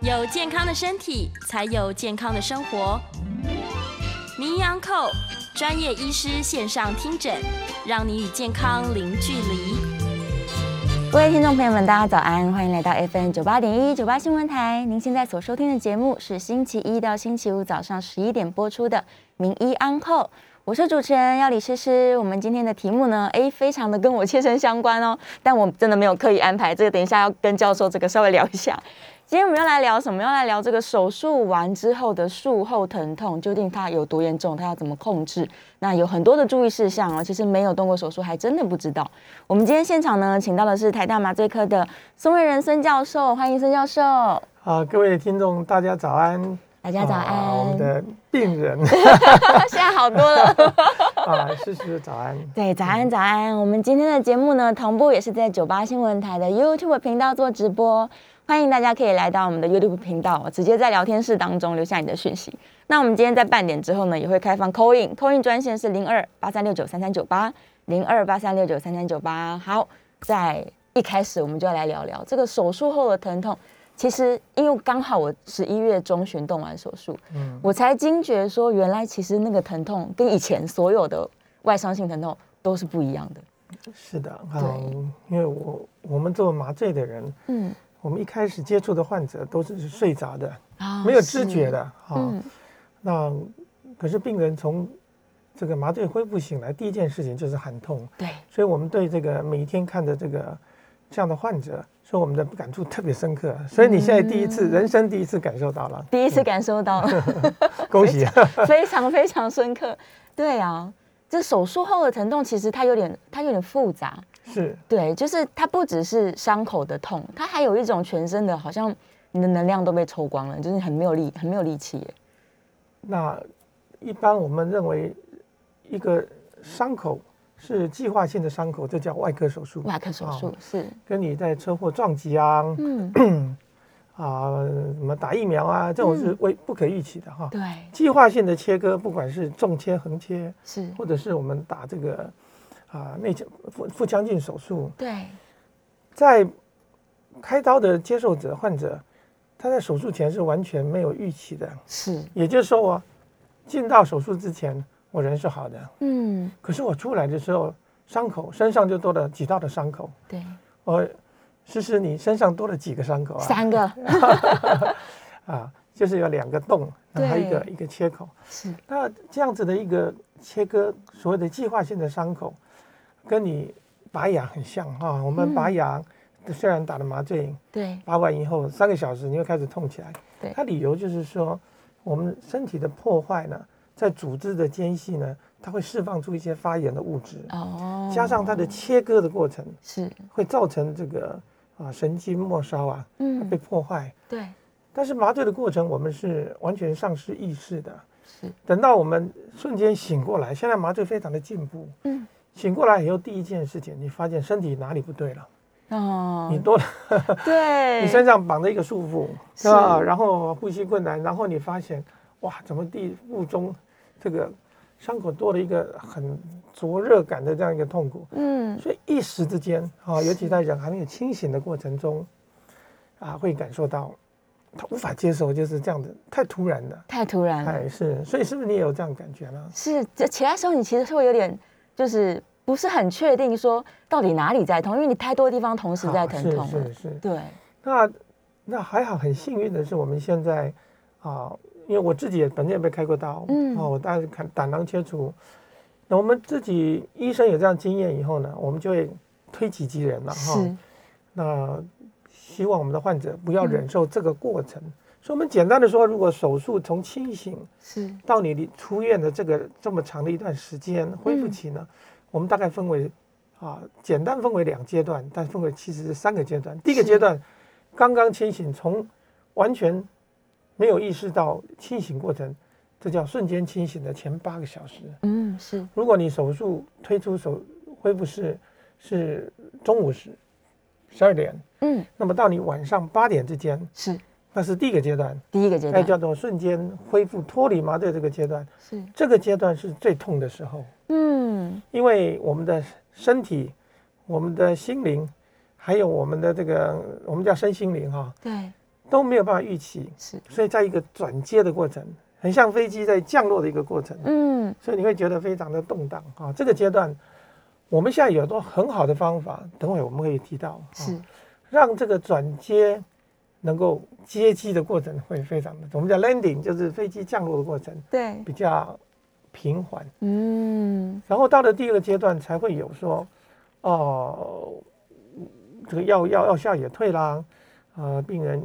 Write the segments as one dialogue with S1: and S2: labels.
S1: 有健康的身体，才有健康的生活。名医昂扣专业医师线上听诊，让你与健康零距离。
S2: 各位听众朋友们，大家早安，欢迎来到 FM 九八点一九八新闻台。您现在所收听的节目是星期一到星期五早上十一点播出的《名医安扣》，我是主持人要李诗诗。我们今天的题目呢，哎，非常的跟我切身相关哦，但我真的没有刻意安排，这个等一下要跟教授这个稍微聊一下。今天我们要来聊什么？要来聊这个手术完之后的术后疼痛究竟它有多严重，它要怎么控制？那有很多的注意事项哦。其实没有动过手术，还真的不知道。我们今天现场呢，请到的是台大麻醉科的孙瑞仁孙教授，欢迎孙教授。
S3: 啊，各位听众，大家早安！
S2: 大家早安。
S3: 啊我们的病人
S2: 现在好多了。
S3: 啊，诗诗早安。
S2: 对，早安早安！我们今天的节目呢，同步也是在九八新闻台的 YouTube 频道做直播，欢迎大家可以来到我们的 YouTube 频道，直接在聊天室当中留下你的讯息。那我们今天在半点之后呢，也会开放 Call In，Call In 专线是零二八三六九三三九八零二八三六九三三九八。好，在一开始我们就要来聊聊这个手术后的疼痛。其实，因为刚好我十一月中旬动完手术，
S3: 嗯
S2: 我才惊觉说，原来其实那个疼痛跟以前所有的外伤性疼痛都是不一样的。
S3: 是的，啊
S2: 对，
S3: 因为我我们做麻醉的人，
S2: 嗯，
S3: 我们一开始接触的患者都是睡着的，
S2: 啊
S3: 没有知觉。的
S2: 是嗯
S3: 啊。，那可是病人从这个麻醉恢复醒来，第一件事情就是喊痛，
S2: 对，
S3: 所以我们对这个每一天看的这个这样的患者，所以我们的感触特别深刻。所以你现在第一
S2: 嗯
S3: 次，人生第一次感受到了，
S2: 第一次感受到，
S3: 嗯恭 喜！啊
S2: 非常非常深刻。对啊，这手术后的疼痛其实它有点，它有点复杂。
S3: 是。
S2: 对，就是它不只是伤口的痛，它还有一种全身的，好像你的能量都被抽光了，就是很没有力，很没有力气耶。
S3: 那一般我们认为一个伤口是计划性的伤口，这叫外科手术。
S2: 外科手术
S3: 哦
S2: 是，
S3: 跟你在车祸撞击啊
S2: 嗯，
S3: 啊、什么打疫苗啊，这种是为不可预期的 哈。
S2: 对，
S3: 计划性的切割，不管是纵切、横切，
S2: 是，
S3: 或者是我们打这个啊内腔腹腹腔镜手术，
S2: 对，
S3: 在开刀的接受者患者，他在手术前是完全没有预期的，
S2: 是，
S3: 也就是说我进到手术之前，我人是好的。
S2: 嗯，
S3: 可是我出来的时候，伤口身上就多了几道的伤口。
S2: 对，
S3: 我诗诗，你身上多了几个伤口啊？
S2: 三个
S3: 啊，就是有两个洞，然后还有一个一个切口。
S2: 是，
S3: 那这样子的一个切割，所谓的计划性的伤口，跟你拔牙很像哈、我们拔牙、虽然打了麻醉，
S2: 对，
S3: 拔完以后三个小时你又开始痛起来。
S2: 对
S3: 它理由就是说，我们身体的破坏呢，在组织的间隙呢，它会释放出一些发炎的物质。
S2: 哦，
S3: 加上它的切割的过程，
S2: 是，
S3: 会造成这个啊神经末梢啊
S2: 嗯
S3: 被，破坏。
S2: 对，
S3: 但是麻醉的过程，我们是完全丧失意识的。
S2: 是，
S3: 等到我们瞬间醒过来，现在麻醉非常的进步。
S2: 嗯，
S3: 醒过来以后，第一件事情，你发现身体哪里不对了，
S2: 哦，
S3: 你多了，
S2: 对，
S3: 你身上绑着一个束缚，
S2: 是
S3: 吧？然后呼吸困难，然后你发现，哇，怎么地腹中这个伤口多了一个很灼热感的这样一个痛苦。
S2: 嗯，
S3: 所以一时之间啊，
S2: 是
S3: 尤其在人还没有清醒的过程中，啊，会感受到他无法接受，就是这样子，太突然了。
S2: 太突然了，
S3: 哎，是，所以是不是你也有这样的感觉呢？
S2: 是，这起来的时候你其实是会有点就是不是很确定说到底哪里在痛，因为你太多地方同时在疼
S3: 啊
S2: 痛
S3: 是
S2: 了，
S3: 是是。
S2: 对，
S3: 那那还好，很幸运的是，我们现在啊，因为我自己也本身也被开过刀，
S2: 嗯
S3: 啊，我当时看胆囊切除，那我们自己医生有这样经验以后呢，我们就会推己及人了哈。
S2: 是，
S3: 那希望我们的患者不要忍受这个过程。所以，我们简单的说，如果手术从清醒
S2: 是，
S3: 到你离出院的这个这么长的一段时间恢复期呢，我们大概分为啊，简单分为两阶段，但分为其实是三个阶段。第一个阶段，刚刚清醒，从完全没有意识到清醒过程，这叫瞬间清醒的前八个小时。
S2: 嗯，是，
S3: 如果你手术推出手恢复室是中午时十二点，
S2: 嗯，
S3: 那么到你晚上八点之间，
S2: 是
S3: 那是第一个阶段，
S2: 第一个阶
S3: 那
S2: 段，
S3: 叫做瞬间恢复脱离麻醉这个阶段。
S2: 是，
S3: 这个阶段是最痛的时候，
S2: 嗯，
S3: 因为我们的身体、我们的心灵，还有我们的这个我们叫身心灵哈、
S2: 对，
S3: 都没有办法预期，
S2: 是，
S3: 所以在一个转接的过程，很像飞机在降落的一个过程，
S2: 嗯
S3: 所以你会觉得非常的动荡啊。这个阶段，我们现在有很多很好的方法，等会我们会提到，啊、
S2: 是，
S3: 让这个转接能够接机的过程会非常的，我们叫 landing，就是飞机降落的过程
S2: 对，
S3: 比较平缓。
S2: 嗯
S3: 然后到了第二个阶段才会有说，哦、这个药药药效也退啦，呃，病人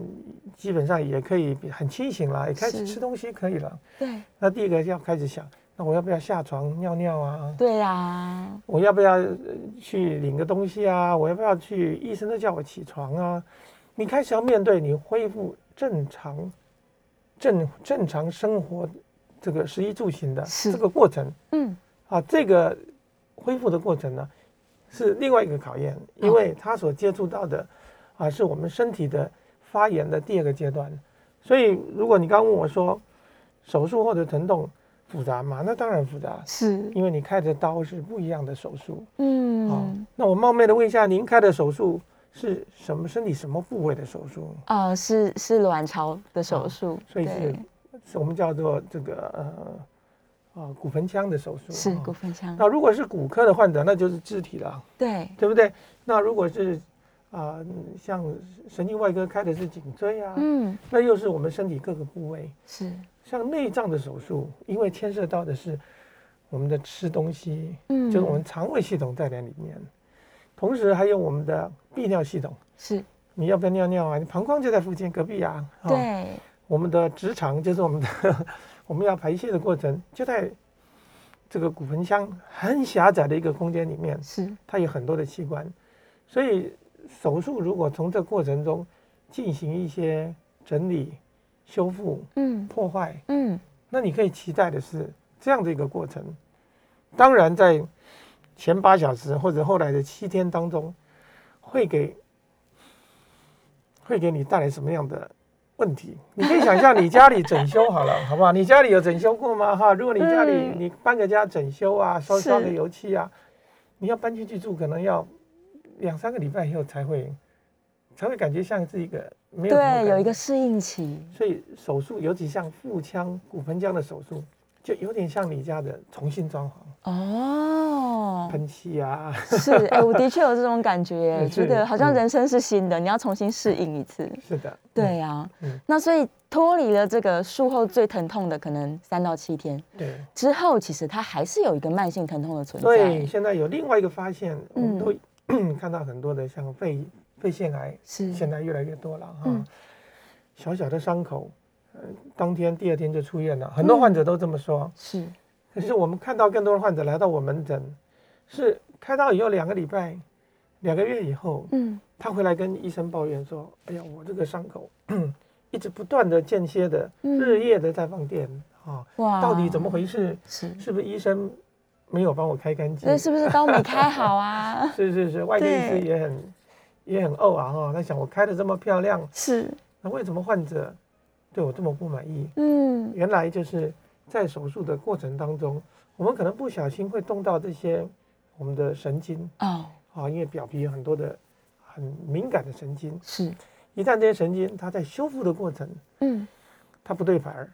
S3: 基本上也可以很清醒啦，也开
S2: 是
S3: 始吃东西可以了。
S2: 对
S3: 那第一个要开始想，那我要不要下床尿尿啊？
S2: 对啊，
S3: 我要不要呃去领个东西啊？我要不要去？医生都叫我起床啊！你开始要面对你恢复正常、正正常生活这个食衣住行的
S2: 是
S3: 这个过程。
S2: 嗯
S3: 啊，这个恢复的过程呢，是另外一个考验，因为他所接触到的啊，是我们身体的发炎的第二个阶段。所以，如果你刚问我说手术后的疼痛复杂吗？那当然复杂，
S2: 是，
S3: 因为你开的刀是不一样的手术。啊、
S2: 嗯
S3: 那我冒昧的问一下，您开的手术是什么身体什么部位的手术？
S2: 呃是是卵巢的手
S3: 啊
S2: 术，
S3: 所以是
S2: 对
S3: 是我们叫做这个呃啊骨盆腔的手术。
S2: 是
S3: 啊
S2: 骨盆腔，
S3: 那如果是骨科的患者，那就是肢体了。
S2: 对
S3: 对不对？那如果是啊、嗯像神经外科开的是颈椎啊，
S2: 嗯
S3: 那又是我们身体各个部位。
S2: 是，
S3: 像内脏的手术，因为牵涉到的是我们的吃东西，
S2: 嗯
S3: 就是我们肠胃系统在那里面，同时还有我们的泌尿系统，
S2: 是
S3: 你要不要尿尿啊？你膀胱就在附近隔壁啊。哦
S2: 对
S3: 我们的直肠就是我们的 我们要排泄的过程，就在这个骨盆腔很狭窄的一个空间里面。
S2: 是
S3: 它有很多的器官，所以手术如果从这过程中进行一些整理、修复、
S2: 嗯
S3: 破坏，
S2: 嗯
S3: 那你可以期待的是这样的一个过程。当然，在前八小时或者后来的七天当中，会给会给你带来什么样的问题？你可以想象你家里整修好了， 好不好？你家里有整修过吗？哈，如果你家里
S2: 嗯
S3: 你搬个家整修啊，烧
S2: 是
S3: 烧个油漆啊，你要搬进去住，可能要两三个礼拜以后才会才会感觉像是一个没有什么
S2: 对，有
S3: 感
S2: 一
S3: 觉
S2: 个适应期，
S3: 所以手术，尤其像腹腔、骨盆腔的手术，就有点像你家的重新装潢、
S2: 哦，
S3: 喷漆啊。
S2: 是，哎、我的确有这种感觉，
S3: 也
S2: 觉
S3: 是
S2: 得好像
S3: 嗯
S2: 人生是新的，你要重新适应一次。
S3: 是的，
S2: 对啊，
S3: 嗯
S2: 那所以脱离了这个术后最疼痛的可能三到七天
S3: 对。
S2: 之后，其实它还是有一个慢性疼痛的存
S3: 所以
S2: 在。
S3: 现在有另外一个发现，我
S2: 嗯
S3: 们都、 看到很多的像肺肺腺癌，
S2: 是，
S3: 现在越来越多了哈、
S2: 嗯
S3: 小小的伤口，呃，当天第二天就出院了，很多患者都这么说。
S2: 是，
S3: 可是我们看到更多的患者来到我门诊，是开刀以后两个礼拜、两个月以后，
S2: 嗯，
S3: 他回来跟医生抱怨说：“哎呀，我这个伤口 一直不断的间歇的、
S2: 嗯
S3: 日夜的在放电啊，
S2: 哇
S3: 到底怎么？回事？
S2: 是，
S3: 是不是医生没有帮我开干净？
S2: 所以？是不是刀没开好啊
S3: 是是是，外科医师
S2: 对
S3: 也很也很怄啊哈，他想我开的这么漂亮，
S2: 是，
S3: 那为什么患者对我这么不满意？
S2: 嗯，
S3: 原来就是在手术的过程当中，我们可能不小心会动到这些我们的神经
S2: 哦，
S3: 啊，因为表皮有很多的很敏感的神经。”
S2: 是，
S3: 一旦这些神经它在修复的过程，
S2: 嗯，
S3: 它不对盘儿，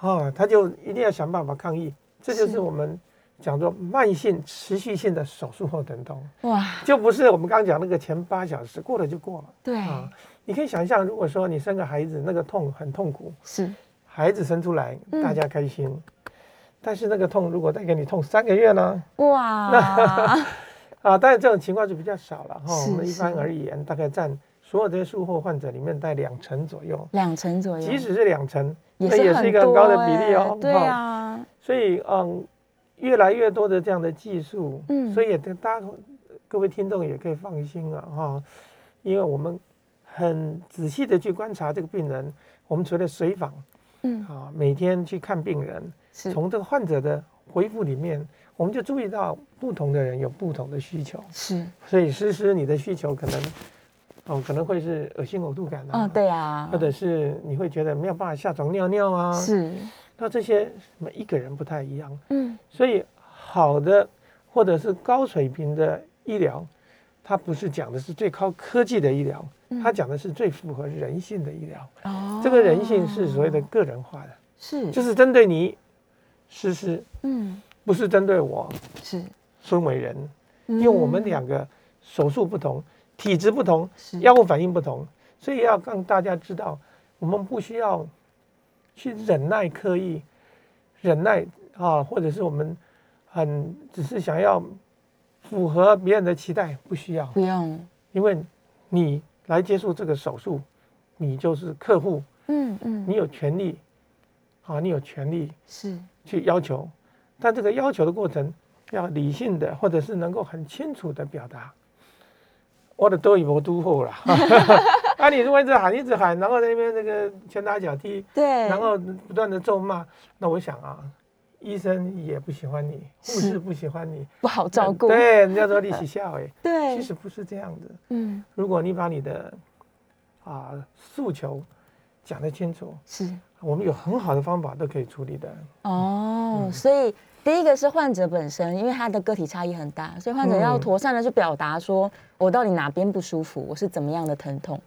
S3: 啊，它就一定要想办法抗议。这就是是我们讲做慢性持续性的手术后疼痛，
S2: 哇，
S3: 就不是我们刚刚讲那个前八小时过了就过了
S2: 对，
S3: 啊。你可以想象，如果说你生个孩子，那个痛很痛苦，
S2: 是，
S3: 孩子生出来
S2: 嗯
S3: 大家开心，但是那个痛如果再给你痛三个月呢？
S2: 哇，
S3: 啊，当然这种情况就比较少了哈。
S2: 是
S3: 我们一般
S2: 是
S3: 而言，大概占所有这些术后患者里面大概两成左右。
S2: 两成左右，
S3: 即使是两成，
S2: 哎也
S3: 那
S2: 是
S3: 也
S2: 很
S3: 是一个很高的
S2: 多
S3: 比例
S2: 欸
S3: 哦。
S2: 对
S3: 哈
S2: 啊，
S3: 所以嗯，越来越多的这样的技术，
S2: 嗯
S3: 所以也跟大家呃各位听众也可以放心了、哈、因为我们很仔细的去观察这个病人，我们除了随访
S2: 嗯，
S3: 啊，每天去看病人，
S2: 是，
S3: 从这个患者的回复里面，我们就注意到不同的人有不同的需求，
S2: 是，
S3: 所以诗诗你的需求可能哦，可能会是恶心呕吐感啊，
S2: 嗯，对啊，
S3: 或者是你会觉得没有办法下床尿尿啊，
S2: 是，
S3: 那这些每一个人不太一样，
S2: 嗯，
S3: 所以好的或者是高水平的医疗，它不是讲的是最高科技的医疗，
S2: 嗯
S3: 它讲的是最符合人性的医疗。
S2: 哦
S3: 这个人性是所谓的个人化的，
S2: 是
S3: 就是针对你实施，
S2: 嗯
S3: 不是针对我
S2: 是，
S3: 孙伟人，
S2: 因
S3: 因为我们两个手术不同，体质不同，
S2: 是
S3: 药物反应不同，所以要让大家知道，我们不需要去忍耐刻意忍耐啊，或者是我们很只是想要符合别人的期待，不需要，
S2: 不用
S3: 因为你来接受这个手术，你就是客户，
S2: 嗯嗯
S3: 你有权利啊，你有权利
S2: 是
S3: 去要求，但这个要求的过程要理性的，或者是能够很清楚的表达。我的都已无都后了， 啊，你如果一直喊一直喊，然后在那边那个拳打脚踢，
S2: 对，
S3: 然后不断的咒骂，那我想啊，医生也不喜欢你，
S2: 是
S3: 护士不喜欢你，
S2: 不好照顾
S3: 对，人家说你起笑哎，
S2: 对
S3: 其实不是这样的。
S2: 嗯
S3: 如果你把你的啊诉求讲得清楚，
S2: 是
S3: 我们有很好的方法都可以处理的。
S2: 哦，所以第一个是患者本身，因为他的个体差异很大，所以患者要
S3: 嗯
S2: 妥善的去表达说，我到底哪边不舒服，我是怎么样的疼痛。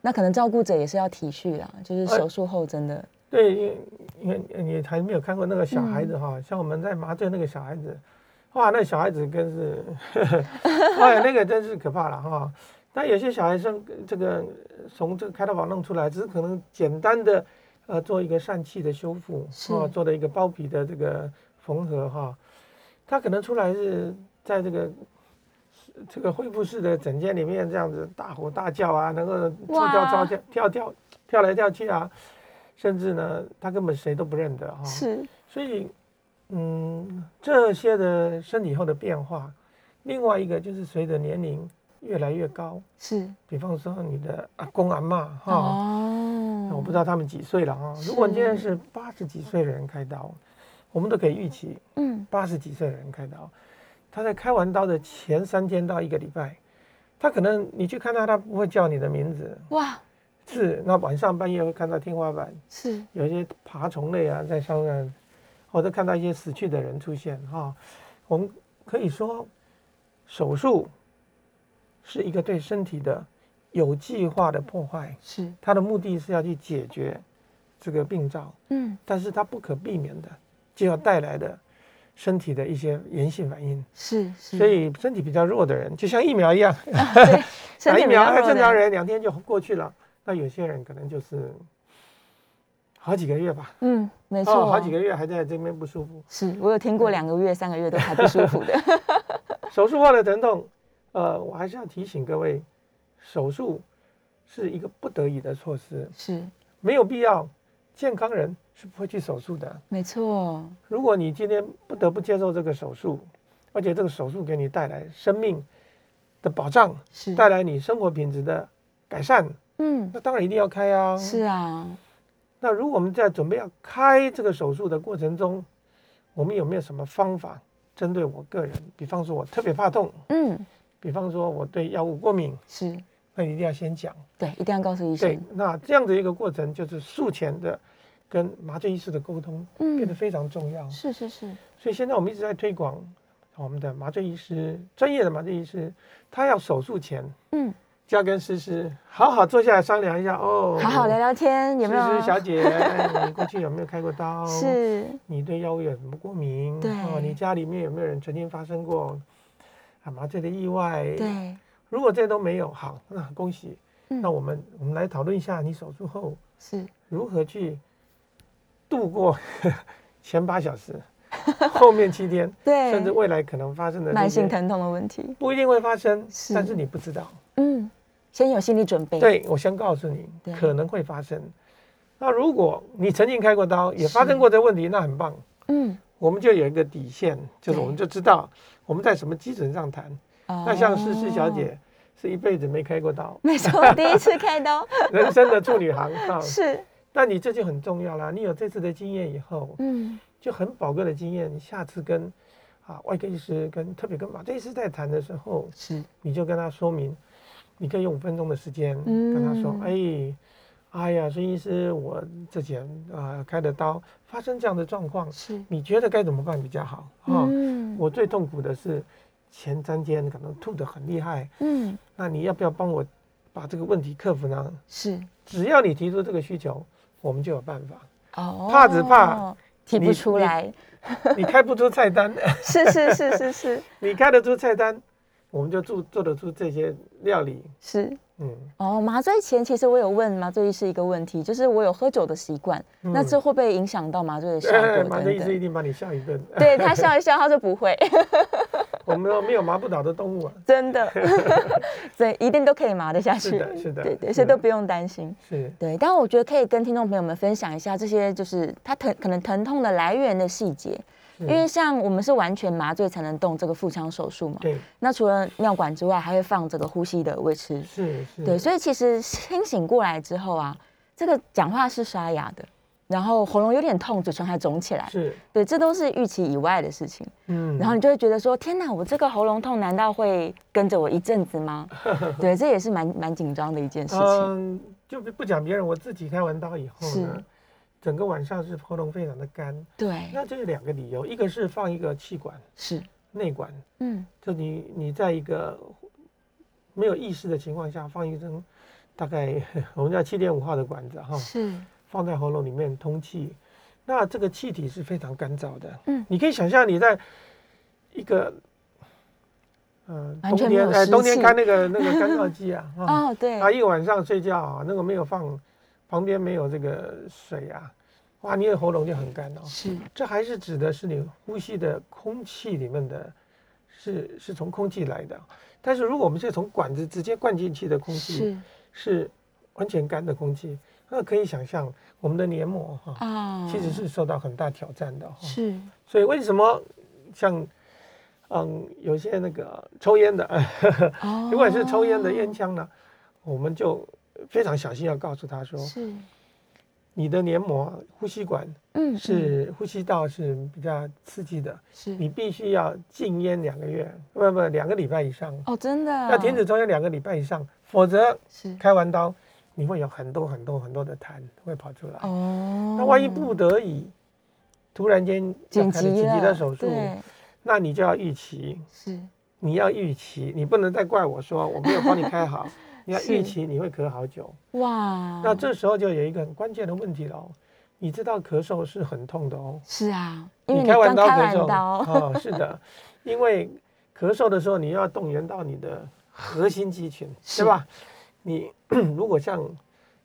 S2: 那可能照顾者也是要体恤啦，就是
S3: 呃
S2: 手术后真的，
S3: 对，因为因为呃你还没有看过那个小孩子哈，像我们在麻醉那个小孩子，哇，那小孩子更是， 哎呀，那个真是可怕了哈。那有些小孩生这个从这个开刀房弄出来，只是可能简单的呃做一个疝气的修复
S2: 是
S3: 啊，做了一个包皮的这个缝合哈，他可能出来是在这个。这个恢复室的诊间里面，这样子大吼大叫啊，能够跳跳
S2: 哇
S3: 跳跳跳跳跳来跳去啊，甚至呢，他根本谁都不认得哈、
S2: 是
S3: 所以，嗯，这些的身体后的变化，另外一个就是随着年龄越来越高，
S2: 是
S3: 比方说你的阿公阿嬷哈、
S2: 哦
S3: 我不知道他们几岁了啊。如果今天是八十几岁的人开刀，我们都可以预期
S2: 嗯
S3: 八十几岁的人开刀，他在开完刀的前三天到一个礼拜，他可能你去看他，他不会叫你的名字，
S2: 哇
S3: 是那晚上半夜会看到天花板。
S2: 是
S3: 有一些爬虫类啊在上面，或者看到一些死去的人出现哈、我们可以说，手术是一个对身体的有计划的破坏，
S2: 是
S3: 它的目的是要去解决这个病灶，
S2: 嗯
S3: 但是它不可避免的就要带来的身体的一些炎性反应。
S2: 是是，
S3: 所以身体比较弱的人，就像疫苗一样，
S2: 身
S3: 打
S2: 体
S3: 疫
S2: 比
S3: 苗
S2: 较
S3: 哎
S2: 弱
S3: 正常
S2: 的
S3: 人两天就过去了，那有些人可能就是好几个月吧。
S2: 嗯没
S3: 哦，
S2: 错，
S3: 好几个月还在这边不舒服。
S2: 是我有听过两个月、三个月都还不舒 服的，
S3: 手术后的疼痛，呃，我还是要提醒各位，手术是一个不得已的措施，
S2: 是
S3: 没有必要。健康人是不会去手术的。
S2: 没错，
S3: 如果你今天不得不接受这个手术，而且这个手术给你带来生命的保障，
S2: 是
S3: 带来你生活品质的改善，
S2: 嗯
S3: 那当然一定要开啊。
S2: 是啊
S3: 那如果我们在准备要开这个手术的过程中，我们有没有什么方法针对我个人？比方说，我特别怕痛，
S2: 嗯
S3: 比方说我对药物过敏，
S2: 是。
S3: 那你一定要先讲。
S2: 对，一定要告诉医
S3: 对
S2: 生。，
S3: 那这样的一个过程就是术前的跟麻醉医师的沟通变得
S2: 嗯，
S3: 非常重要。
S2: 是是是，
S3: 所以现在我们一直在推广我们的麻醉医师，专业的麻醉医师，他要手术前
S2: 嗯，
S3: 就要跟诗诗好好坐下来商量一下哦，
S2: 好好聊聊天，有没有？
S3: 诗诗小姐，哎你过去有没有开过刀？。
S2: 是，
S3: 你对药物有什么过敏？
S2: 对
S3: 哦，你家里面有没有人曾经发生过啊麻醉的意外？
S2: 对，如
S3: 如果这都没有，好，那恭喜。
S2: 嗯
S3: 那我们我们来讨论一下，你手术后
S2: 是
S3: 如何去度过 前八小时，后面七天，
S2: 对
S3: 甚至未来可能发生的那
S2: 慢
S3: 些
S2: 性疼痛的问题。
S3: 不一定会发生，
S2: 是
S3: 但是你不知道。
S2: 嗯，先有心理准备。，
S3: 对，我先告诉你
S2: 对，
S3: 可能会发生。那如果你曾经开过刀，也发生过这问题，那很棒，
S2: 嗯，
S3: 我们就有一个底线，就是
S2: 对
S3: 我们就知道我们在什么基准上谈。那像诗诗小
S2: 哦，，
S3: 姐是一辈子没开过刀
S2: 没 错，第一次开刀
S3: 人生的处女行啊，
S2: 是，
S3: 那你这就很重要啦。你有这次的经验以后，
S2: 嗯，
S3: 就很宝贵的经验，你下次跟啊外科医师跟特别跟麻醉医师在谈的时候，
S2: 是，
S3: 你就跟他说明，你可以用五分钟的时间
S2: 嗯
S3: 跟他说，哎。哎呀，孙医师，我之前啊、呃开的刀发生这样的状况，
S2: 是，
S3: 你觉得该怎么办比较好啊？
S2: 嗯，
S3: 我最痛苦的是前三天可能吐得很厉害，
S2: 嗯，
S3: 那你要不要帮我把这个问题克服呢？
S2: 是
S3: 只要你提出这个需求，我们就有办法。
S2: 哦，
S3: 怕只怕
S2: 提不
S3: 你
S2: 出
S3: 你
S2: 来，
S3: 你开不出菜单，
S2: 是是是是是
S3: 你开得出菜单，我们就做做得出这些料理。
S2: 是。
S3: 嗯，
S2: 哦，麻醉前其实我有问麻醉医师一个问题，就是我有喝酒的习惯，那
S3: 嗯
S2: 这会不会影响到麻醉的效果
S3: 哎
S2: 等
S3: 麻
S2: 等？
S3: 醉医师一定把你笑一顿。
S2: 对他笑一笑，他说不会，
S3: 我们说没有麻不倒的动物啊。
S2: 真 的，所以一定都可以麻得下去。
S3: 是的是的
S2: 对对，
S3: 是
S2: 所以都
S3: 的
S2: 不用担心。
S3: 是，
S2: 对，但我觉得可以跟听众朋友们分享一下这些，就是他疼可能疼痛的来源的细节，因为像我们是完全麻醉才能动这个腹腔手术嘛，
S3: 对，
S2: 那除了尿管之外，还会放这个呼吸的维持。
S3: 是是。
S2: 对，所以其实清醒过来之后啊，这个讲话是沙哑的，然后喉咙有点痛，嘴唇还肿起来，
S3: 是，
S2: 对，这都是预期以外的事情。
S3: 嗯
S2: 然后你就会觉得说，天哪，我这个喉咙痛难道会跟着我一阵子吗？对，这也是蛮蛮紧张的一件事情。
S3: 嗯，就不不讲别人，我自己开完刀以后
S2: 是
S3: 呢，整个晚上是喉咙非常的干。
S2: 对，
S3: 那这有两个理由，一个是放一个气管
S2: 是，
S3: 内管，
S2: 嗯，
S3: 就你你在一个没有意识的情况下放一根大概 我们叫七点五号的管子哈，
S2: 是，
S3: 放在喉咙里面通气，那这个气体是非常干燥的。
S2: 嗯
S3: 你可以想象你在一个。嗯、
S2: 完
S3: 冬
S2: 全没有
S3: 天哎，
S2: 湿
S3: 冬天
S2: 气
S3: 开那个那个干燥机 啊，啊
S2: 哦，对，
S3: 他一个晚上睡觉啊，那个没有放，旁边没有这个水啊，哇，你的喉咙就很干哦。
S2: 是，
S3: 这还是指的是你呼吸的空气里面的，是是从空气来的。但是如果我们是从管子直接灌进去的空气，
S2: 是
S3: 是完全干的空气，那可以想象我们的黏膜哈、
S2: 啊，
S3: 其实嗯是受到很大挑战的哈、
S2: 是，
S3: 所以为什么像嗯有些那个抽烟的，
S2: 哦
S3: 如果是抽烟的烟枪呢，我们就非常小心要告诉他说，
S2: 是，
S3: 你的黏膜、呼吸管
S2: 嗯，嗯
S3: 是呼吸道是比较刺激的，
S2: 是，
S3: 你必须要禁烟两个月，不不两个礼拜以上，
S2: 哦，真的，
S3: 要停止抽烟两个礼拜以上，否则
S2: 是，
S3: 开完刀你会有很多很多很多的痰会跑出来。
S2: 哦，
S3: 那万一不得已突然间要
S2: 紧
S3: 开了紧
S2: 急
S3: 急
S2: 了，
S3: 的手术，
S2: 对，
S3: 那你就要预期
S2: 是，
S3: 你要预期，你不能再怪我说我没有帮你 开好，你要
S2: 是
S3: 预期你会咳好久。
S2: 哇，
S3: 那这时候就有一个很关键的问题了哦，你知道咳嗽是很痛的哦，
S2: 是啊，因为
S3: 开完
S2: 刚
S3: 刀
S2: 开
S3: 咳
S2: 完
S3: 嗽，
S2: 刀，
S3: 哦，是的，因为咳嗽的时候你要动员到你的核心肌群，
S2: 是
S3: 对吧？你 如果像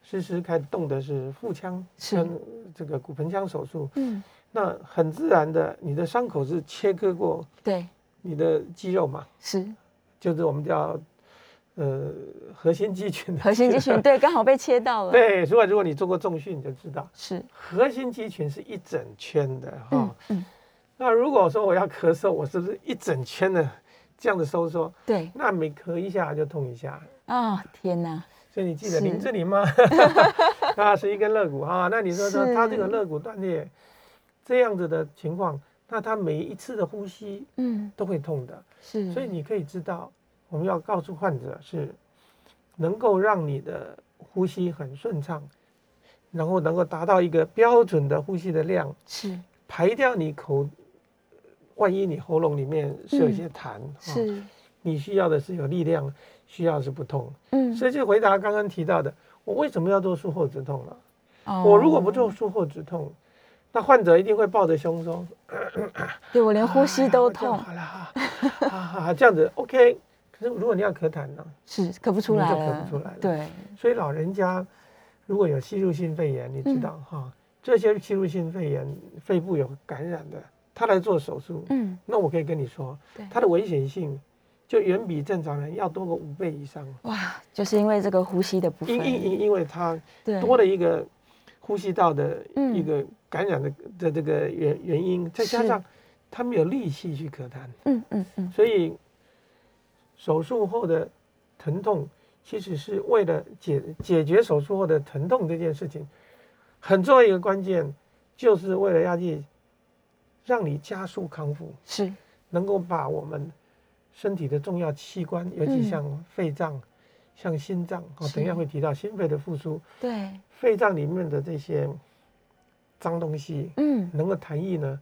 S3: 诗诗开始动的是腹腔
S2: 是
S3: 跟这个骨盆腔手术，
S2: 嗯，
S3: 那很自然的，你的伤口是切割过
S2: 对，
S3: 你的肌肉嘛，
S2: 是
S3: 就是我们叫呃核心肌群的
S2: 核心肌
S3: 切
S2: 群，
S3: 割。
S2: 对，刚好被切到了，，
S3: 对，如果如果你做过重训，你就知道
S2: 是，
S3: 核心肌群是一整圈的哈、
S2: 嗯嗯，
S3: 那如果说我要咳嗽，我是不是一整圈的这样的收缩？
S2: 对，
S3: 那每咳一下就痛一下。
S2: 啊，天哪，
S3: 所以你记得
S2: 是
S3: 林志玲吗？ 啊，是一根肋骨啊。那你说说
S2: 是
S3: 他这个肋骨断裂这样子的情况，那他每一次的呼吸
S2: 嗯，
S3: 都会痛的。
S2: 是，
S3: 所以你可以知道，我们要告诉患者是能够让你的呼吸很顺畅，然后能够达到一个标准的呼吸的量，
S2: 是
S3: 排掉你口，万一你喉咙里面是有一些痰，哦，
S2: 嗯是，
S3: 你需要的是有力量，需要的是不痛。
S2: 嗯，
S3: 所以就回答刚刚提到的，我为什么要做术后止痛了？
S2: 哦
S3: 我如果不，做术后止痛，那患者一定会抱着胸说，
S2: 对我连呼吸都
S3: 哎
S2: 痛
S3: 呀，我这样好了，啊啊啊，这样子 OK。可是如果你要咳痰呢？
S2: 是咳不出
S3: 你
S2: 来
S3: 就咳
S2: 了，
S3: 不出来了
S2: 对，
S3: 所以老人家如果有吸入性肺炎，你知
S2: 嗯
S3: 道哈、这些吸入性肺炎肺部有感染的，他来做手术，
S2: 嗯，
S3: 那我可以跟你说
S2: 对，
S3: 它的危险性就远比正常人要多个五倍以上，
S2: 哇，就是因为这个呼吸的部
S3: 因因
S2: 分，
S3: 因因为它
S2: 对，
S3: 多了一个呼吸道的
S2: 嗯
S3: 一个感染的的这个原原因，再加
S2: 是
S3: 上他没有力气去咳痰，
S2: 嗯嗯嗯，
S3: 所以手术后的疼痛，其实是为了解解决手术后的疼痛这件事情，很重要一个关键，就是为了要去让你加速康复，
S2: 是
S3: 能够把我们身体的重要器官，尤
S2: 嗯
S3: 其像肺脏、像心脏，哦，
S2: 是
S3: 等一下会提到心肺的复苏，
S2: 对，
S3: 肺脏里面的这些脏东西，
S2: 嗯，
S3: 能够痰液呢，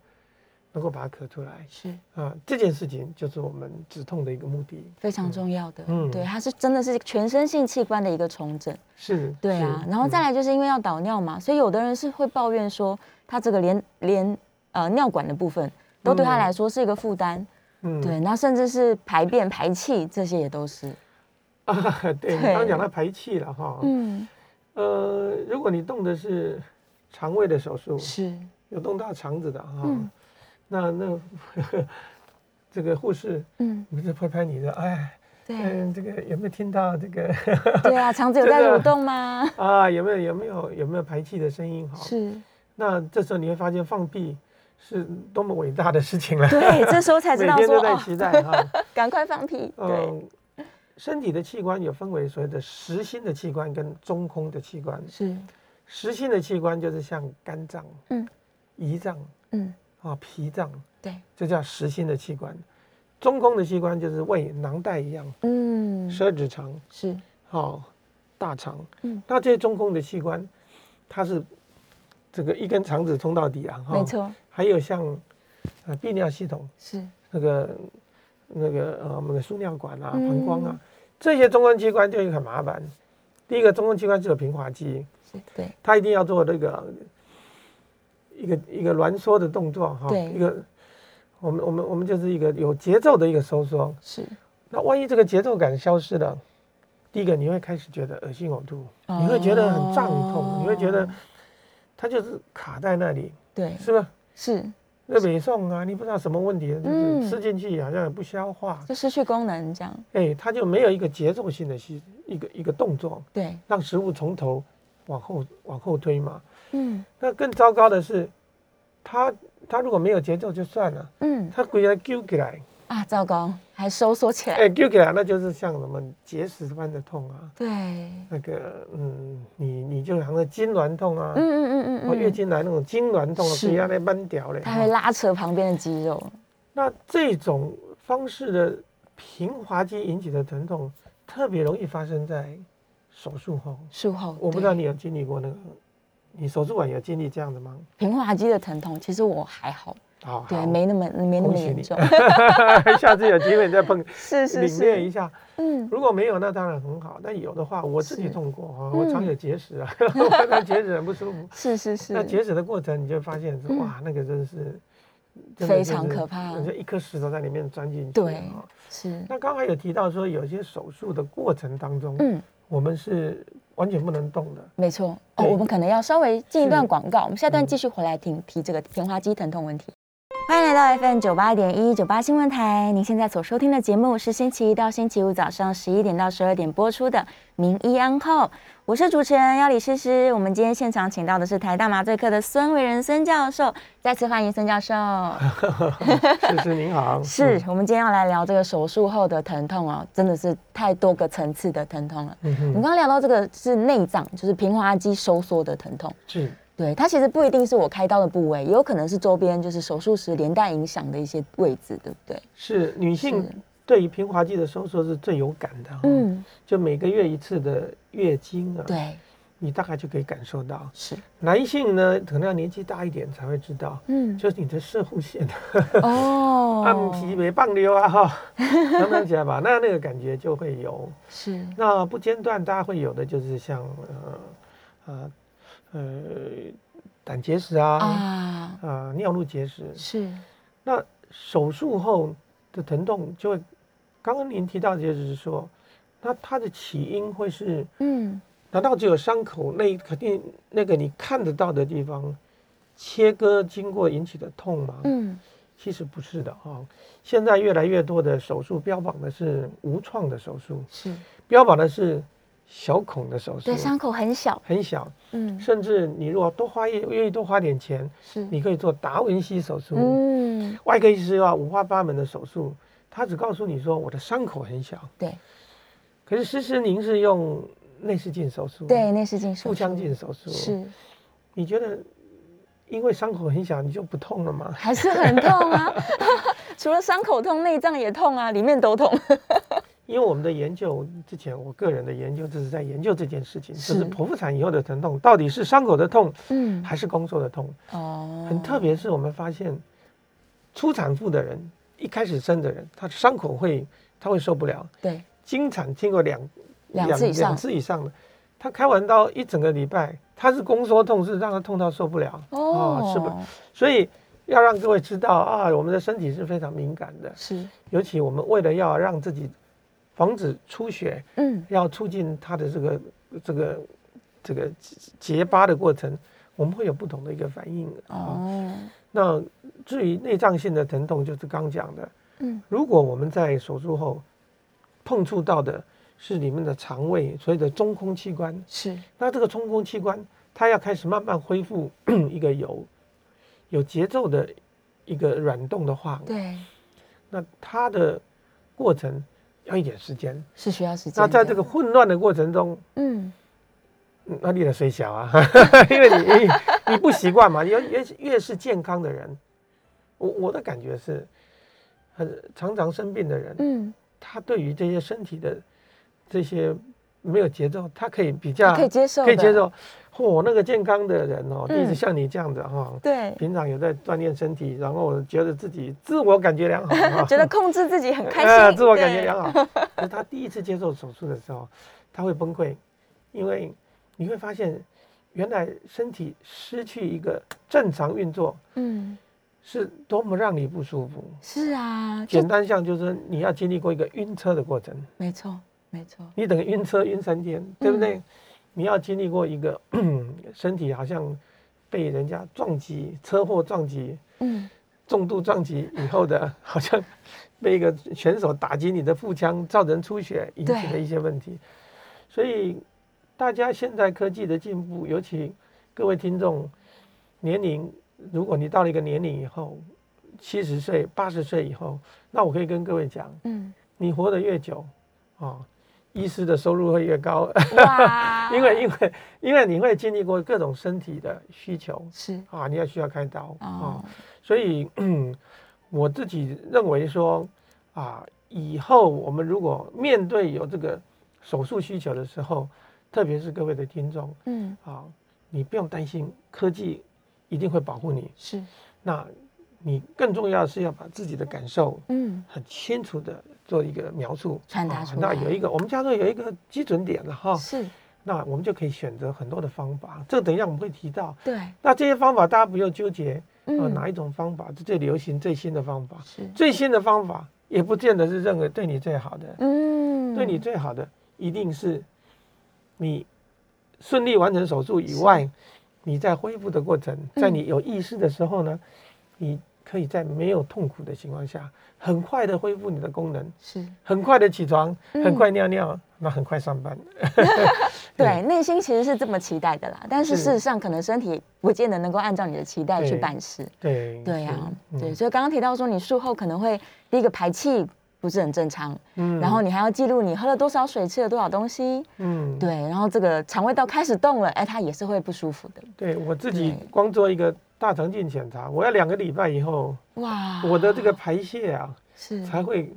S3: 能够把它咳出来
S2: 是
S3: 啊。这件事情就是我们止痛的一个目的。
S2: 非常重要的。
S3: 嗯
S2: 对，它是真的是全身性器官的一个重整。
S3: 是，
S2: 对啊，
S3: 是嗯
S2: 然后再来就是因为要导尿嘛，所以有的人是会抱怨说，他这个连连呃尿管的部分都对他
S3: 嗯
S2: 来说是一个负担。
S3: 嗯
S2: 对，然后甚至是排便、排气这些也都是。
S3: 啊， 对，你
S2: 对
S3: 刚刚讲到排气了哈。
S2: 嗯，
S3: 呃，如果你动的是肠胃的手术，
S2: 是
S3: 有动到肠子的哈，
S2: 嗯
S3: 那那 这个护士
S2: 嗯，
S3: 不是拍拍你的，哎，
S2: 对
S3: 嗯，这个有没有听到这个
S2: 对啊，肠子有在蠕动吗？
S3: 啊？有没有有没有有没有排气的声音哈？
S2: 是，
S3: 那这时候你会发现放屁是多么伟大的事情 了，
S2: 对，这时候才知
S3: 每
S2: 道
S3: 天
S2: 说
S3: 都在
S2: 哦，
S3: 期待哈。
S2: 赶快放屁。对，
S3: 嗯，身体的器官有分为所谓的实心的器官跟中空的器官。
S2: 是，
S3: 实心的器官就是像肝脏、
S2: 嗯
S3: 胰脏
S2: 嗯，
S3: 啊、脾脏，
S2: 对，
S3: 这叫实心的器官。中空的器官就是胃、囊袋一样，
S2: 嗯，
S3: 十二指肠、
S2: 是，
S3: 哦、大肠。
S2: 嗯
S3: 那这些中空的器官，它是这个一根肠子通到底啊，哈
S2: 没。错，
S3: 还有像呃泌尿系统
S2: 是，
S3: 那个那个呃我们的输尿管啊、
S2: 嗯
S3: 膀胱啊，这些中空器官就很麻烦。第一个中空器官是有平滑肌，
S2: 是对，
S3: 他一定要做这个一个一个挛缩的动作哈，
S2: 对
S3: 一个我们我们我们就是一个有节奏的一个收缩。
S2: 是，
S3: 那万一这个节奏感消失了，第一个你会开始觉得恶心呕吐，你会觉得很胀痛，你会觉得
S2: 哦
S3: 它就是卡在那里，
S2: 对，
S3: 是吧？
S2: 是，
S3: 那北宋啊，你不知道什么问题，就
S2: 嗯
S3: 是吃进去好像也不消化，
S2: 就失去功能这样。
S3: 哎，它就没有一个节奏性的吸一个一个动作，
S2: 对，
S3: 让食物从头往后往后推嘛。
S2: 嗯
S3: 那更糟糕的是，他他如果没有节奏就算了，
S2: 嗯，
S3: 他鬼来揪起来，
S2: 啊，糟糕，还收缩起来。
S3: 哎，揪起来那就是像什么结石般的痛啊，
S2: 对，嗯
S3: 那个嗯，你你就好像痉挛痛啊，
S2: 嗯嗯嗯
S3: 哦，
S2: 嗯，
S3: 月经来那种痉挛痛啊，
S2: 是
S3: 鬼压那般屌嘞。
S2: 它会
S3: 哦
S2: 拉扯旁边的肌肉。
S3: 那这种方式的平滑肌引起的疼痛，特别容易发生在手术后。
S2: 术后，
S3: 我不知道
S2: 对
S3: 你有经历过那个，你手术完有经历这样的吗？
S2: 平滑肌的疼痛，其实我还好，
S3: 好，
S2: 对，
S3: 哦好，
S2: 没那么没那
S3: 恭
S2: 么
S3: 喜你
S2: 严重。
S3: 下次有机会你再碰，
S2: 是是
S3: 领略
S2: 是，
S3: 一下。
S2: 嗯，
S3: 如果没有，那当然很好。但有的话，我自己
S2: 是
S3: 痛过啊，
S2: 嗯
S3: 我常有结石啊， 我那结石很不舒服。
S2: 是是
S3: 那
S2: 是，
S3: 结石的过程，你就发现说，哇，那个真是真的
S2: 非
S3: 就是
S2: 常可怕
S3: 就一颗石头在里面钻进去。
S2: 对
S3: 啊
S2: 是，
S3: 那刚才有提到说，有些手术的过程当中，
S2: 嗯，
S3: 我们是完全不能动的。
S2: 没错。哦，
S3: 对
S2: 我们可能要稍微进一段
S3: 是
S2: 广告，我们下段
S3: 嗯
S2: 继续回来听提这个平滑肌疼痛问题。欢迎来到 FM 九八点一九八新闻台，您现在所收听的节目是星期一到星期五早上十一点到十二点播出的《名医安后》，我是主持人要李诗诗。我们今天现场请到的是台大麻醉科的孙维仁孙教授，再次欢迎孙教授。
S3: 是是， 您好。
S2: 是
S3: 嗯，
S2: 我们今天要来聊这个手术后的疼痛哦，真的是太多个层次的疼痛了。
S3: 嗯
S2: 我们
S3: 哼，
S2: 刚刚聊到这个是内脏，就是平滑肌收缩的疼痛。
S3: 是
S2: 对，它其实不一定是我开刀的部位，也有可能是周边，就是手术时连带影响的一些位置，对不对？
S3: 是，女性
S2: 是
S3: 对于平滑肌的收缩是最有感的。嗯，
S2: 嗯，
S3: 就每个月一次的月经啊，，
S2: 对，
S3: 你大概就可以感受到。
S2: 是，
S3: 男性呢，可能要年纪大一点才会知道，
S2: 嗯，
S3: 就是你的射护线
S2: 哦
S3: 按皮没棒溜啊哈， 慢慢起来吧，那那个感觉就会有。
S2: 是，
S3: 那不间断，大家会有的就是像呃呃呃胆结石啊，啊、
S2: 啊，
S3: 尿路结石。
S2: 是，
S3: 那手术后的疼痛就会，刚刚您提到的就是说，那它的起因会是
S2: 嗯，
S3: 难道只有伤口那肯定那个你看得到的地方切割经过引起的痛吗？
S2: 嗯，
S3: 其实不是的哈、现在越来越多的手术标榜的是无创的手术，
S2: 是，
S3: 标榜的是小孔的手术
S2: 对，，伤口很小，
S3: 很小，
S2: 嗯，
S3: 甚至你如果多花一愿意多花点钱，
S2: 是，
S3: 你可以做达文西手术。
S2: 嗯，
S3: 外科医师啊，五花八门的手术，他只告诉你说我的伤口很小，
S2: 对，
S3: 可是实施您是用内视镜手术，
S2: 对，，内视镜手
S3: 腹
S2: 术，
S3: 腔镜手术，
S2: 是，
S3: 你觉得因为伤口很小，你就不痛了吗？
S2: 还是很痛啊， 除了伤口痛，内脏也痛啊，里面都痛，
S3: 因为我们的研究之前，我个人的研究就是在研究这件事情，
S2: 是
S3: 就是剖腹产以后的疼痛到底是伤口的痛
S2: 嗯，
S3: 还是工作的痛。
S2: 哦
S3: 很特，别是我们发现，初产妇的人，一开始生的人，他伤口会他会受不了。
S2: 对，
S3: 经产经过两
S2: 两次以上
S3: 两次以上的，他开完刀一整个礼拜，他是宫缩痛，是让他痛到受不了。啊
S2: 哦，
S3: 是不？所以要让各位知道啊，我们的身体是非常敏感的，
S2: 是，
S3: 尤其我们为了要让自己防止出血，
S2: 嗯，
S3: 要促进它的这个这个这个结疤的过程，我们会有不同的一个反应。
S2: 哦，
S3: 那至于内脏性的疼痛，就是刚讲的，
S2: 嗯，
S3: 如果我们在手术后碰触到的是里面的肠胃，所谓的中空器官，
S2: 是，
S3: 那这个中空器官它要开始慢慢恢复 一个有有节奏的一个软动的话，
S2: 对，
S3: 那它的过程要一点时间。
S2: 是需要时间。
S3: 那在这个，混乱的过程中，
S2: 嗯，
S3: 嗯那你的水小啊， 因为你你你不习惯嘛，越越越是健康的人，我我的感觉是，很常常生病的人，
S2: 嗯，
S3: 他对于这些身体的这些没有节奏，他可以比较
S2: 他可以接受，
S3: 可以接，受。嚯、那个健康的人哦，
S2: 嗯
S3: 就是像你这样的哈、
S2: 对，
S3: 平常有在锻炼身体，然后觉得自己自我感觉良好、啊，
S2: 觉得控制自己很开
S3: 呃
S2: 心，
S3: 自我感觉
S2: 对
S3: 良好。可是他第一次接受手术的时候，他会崩溃，因为你会发现，原来身体失去一个正常运作
S2: 嗯，
S3: 是多么让你不舒服。
S2: 是啊，就
S3: 简单像就是你要经历过一个晕车的过程，
S2: 没错，没错，
S3: 你等于晕车晕三天，对不
S2: 嗯
S3: 对？你要经历过一个 身体好像被人家撞击、车祸撞击、
S2: 嗯，
S3: 重度撞击以后的， 好像被一个选手打击你的腹腔，造成出血引起的一些问题。所以，大家现在科技的进步，尤其各位听众，年龄，如果你到了一个年龄以后，七十岁、八十岁以后，那我可以跟各位讲，
S2: 嗯，
S3: 你活得越久，啊、医师的收入会越高，
S2: 哇
S3: 因为因为因为你会经历过各种身体的需求
S2: 是
S3: 啊，你要需要开刀啊。
S2: 哦，
S3: 所以， 我自己认为说，啊，以后我们如果面对有这个手术需求的时候，特别是各位的听众
S2: 嗯，
S3: 啊，你不用担心，科技一定会保护你。
S2: 是，
S3: 那你更重要的是要把自己的感受
S2: 嗯，
S3: 很清楚的做一个描述，
S2: 传达
S3: 啊
S2: 出
S3: 那
S2: 来
S3: 有一个我们叫做有一个基准点了哈，
S2: 是，
S3: 那我们就可以选择很多的方法。这个等一下我们会提到。
S2: 对，
S3: 那这些方法大家不用纠结，啊，
S2: 嗯，
S3: 哪一种方法是最流行、最新的方法？
S2: 是，
S3: 最新的方法也不见得是认为对你最好的，
S2: 嗯，
S3: 对你最好的一定是你顺利完成手术以外，你在恢复的过程，在
S2: 嗯
S3: 你有意识的时候呢，你可以在没有痛苦的情况下，很快的恢复你的功能，
S2: 是，
S3: 很快的起床，
S2: 嗯
S3: 很快尿尿，那很快上班。
S2: 对，内心其实是这么期待的啦，但是
S3: 是
S2: 事实上可能身体不见得能够按照你的期待去
S3: 对
S2: 办事。
S3: 对
S2: 对呀、
S3: 是嗯
S2: 对，所以刚刚提到说你术后可能会第一个排气不是很正常，
S3: 嗯
S2: 然后你还要记录你喝了多少水，吃了多少东西，
S3: 嗯，
S2: 对，然后这个肠胃道开始动了，哎，它也是会不舒服的。
S3: 对我自己
S2: 对
S3: 光做一个大肠镜检查，我要两个礼拜以后，
S2: 哇，
S3: 我的这个排泄啊。
S2: 是
S3: 才会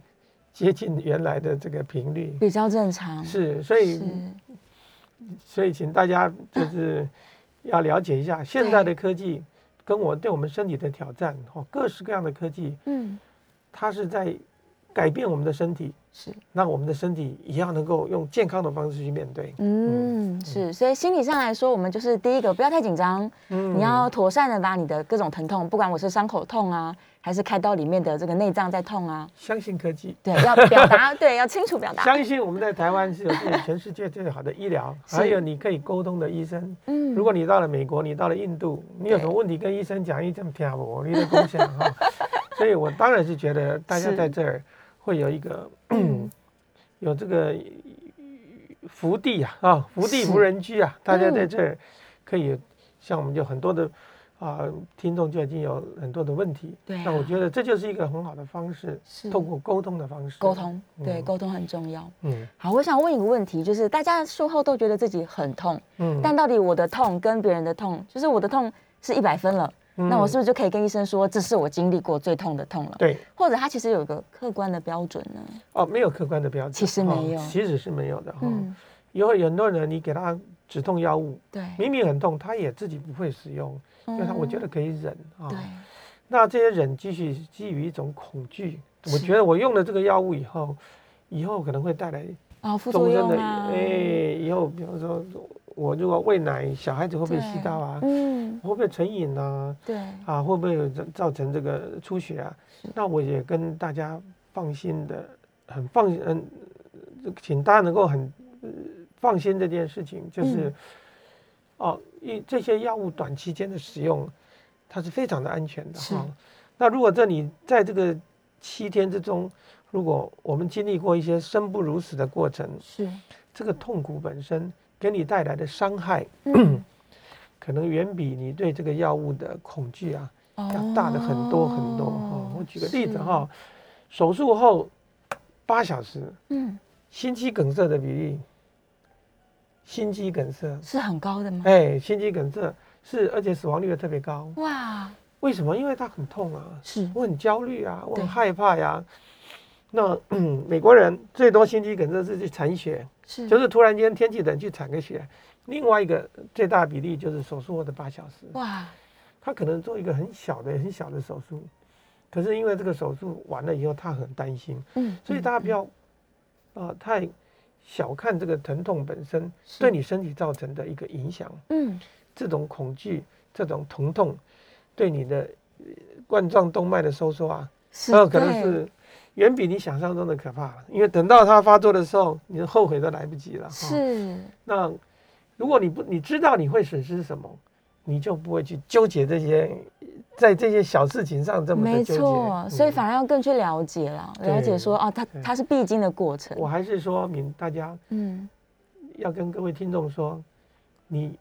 S3: 接近原来的这个频率。
S2: 比较正常，
S3: 是，所以
S2: 嗯是
S3: 所以请大家 就是要了解一下现在的科技跟我对我们身体的挑战哦，各式各样的科技，
S2: 嗯
S3: 它是在改变我们的身体，
S2: 是
S3: 那我们的身体也要能够用健康的方式去面对。
S2: 嗯是，所以心理上来说，我们就是第一个不要太紧张，
S3: 嗯
S2: 你要妥善的把你的各种疼痛，不管我是伤口痛啊，还是开刀里面的这个内脏在痛啊，
S3: 相信科技。
S2: 对，要表达，对，要清楚表达，
S3: 相信我们在台湾是有这个全世界最好的医疗，
S2: 是
S3: 还有你可以沟通的医生。
S2: 嗯
S3: 如果你到了美国，你到了印度，你有什么问题跟医生讲，医生听我，你的贡献 哈。所以我当然是觉得大家
S2: 是嗯
S3: 在这儿会有一个 有这个福地啊啊，福地
S2: 是
S3: 无人居啊，大家在
S2: 嗯
S3: 这儿可以像我们就很多的。啊，听众就已经有很多的问题，
S2: 对啊
S3: 那我觉得这就是一个很好的方式，
S2: 是
S3: 透过沟通的方式
S2: 沟，通，对，
S3: 嗯
S2: 沟通很重要。
S3: 嗯
S2: 好，我想问一个问题，就是大家术后都觉得自己很痛，
S3: 嗯，
S2: 但到底我的痛跟别人的痛，就是我的痛是一百分了，
S3: 嗯
S2: 那我是不是就可以跟医生说这是我经历过最痛的痛了？
S3: 对
S2: 或者他其实有一个客观的标准呢？
S3: 哦，没有客观的标准，
S2: 其实没有
S3: 哦其实是没有的哈。
S2: 嗯，
S3: 有很多人，你给他止痛药物，
S2: 对，
S3: 明明很痛，他也自己不会使用，因为他我觉得可以忍
S2: 嗯
S3: 啊。
S2: 对，
S3: 那这些人继续基于一种恐惧，我觉得我用了这个药物以后，以后可能会带来
S2: 啊、副作
S3: 终身
S2: 用
S3: 的，
S2: 啊，
S3: 哎，以后比方说我如果喂奶，小孩子会不会吸到啊？
S2: 嗯，
S3: 会不会成瘾啊？
S2: 对，
S3: 啊，会不会有造造成这个出血啊？那我也跟大家放心的，很放心，嗯，呃请大家能够很、呃放心这件事情，就是、
S2: 嗯
S3: 哦，一这些药物短期间的使用，它是非常的安全的
S2: 是
S3: 哈、那如果这里在这个七天之中，如果我们经历过一些生不如死的过程，
S2: 是，
S3: 这个痛苦本身给你带来的伤害，
S2: 嗯，
S3: 可能远比你对这个药物的恐惧啊要大的很多很多哈、
S2: 哦
S3: 我举个例子
S2: 是
S3: 哈、手术后八小时，
S2: 嗯，
S3: 心肌梗塞的比例，心肌梗塞，
S2: 是很高的吗？
S3: 哎，心肌梗塞是，而且死亡率也特别高。
S2: 哇，
S3: 为什么？因为它很痛啊，
S2: 是，
S3: 我很焦虑啊，我
S2: 对
S3: 很害怕呀、那 美国人最多心肌梗塞是去产血，
S2: 是，
S3: 就是突然间天气冷去产个血。另外一个最大比例就是手术后的八小时，
S2: 哇，
S3: 他可能做一个很小的、很小的手术，可是因为这个手术完了以后，他很担心，
S2: 嗯，
S3: 所以
S2: 嗯
S3: 大家不要啊、呃太小看这个疼痛本身
S2: 是
S3: 对你身体造成的一个影响。
S2: 嗯，
S3: 这种恐惧、这种疼痛，对你的呃冠状动脉的收缩啊，
S2: 是，
S3: 那可能
S2: 对
S3: 是远比你想象中的可怕了。因为等到它发作的时候，你的后悔都来不及了。哈
S2: 是，
S3: 那如果你不你知道你会损失什么，你就不会去纠结这些，在这些小事情上这么
S2: 没
S3: 的纠结。
S2: 错，
S3: 嗯
S2: 所以反而要更去了解了，了解
S3: 对
S2: 说哦，它
S3: 对
S2: 它是必经的过程
S3: 我，还是说明大家
S2: 嗯，
S3: 要跟各位听众说，你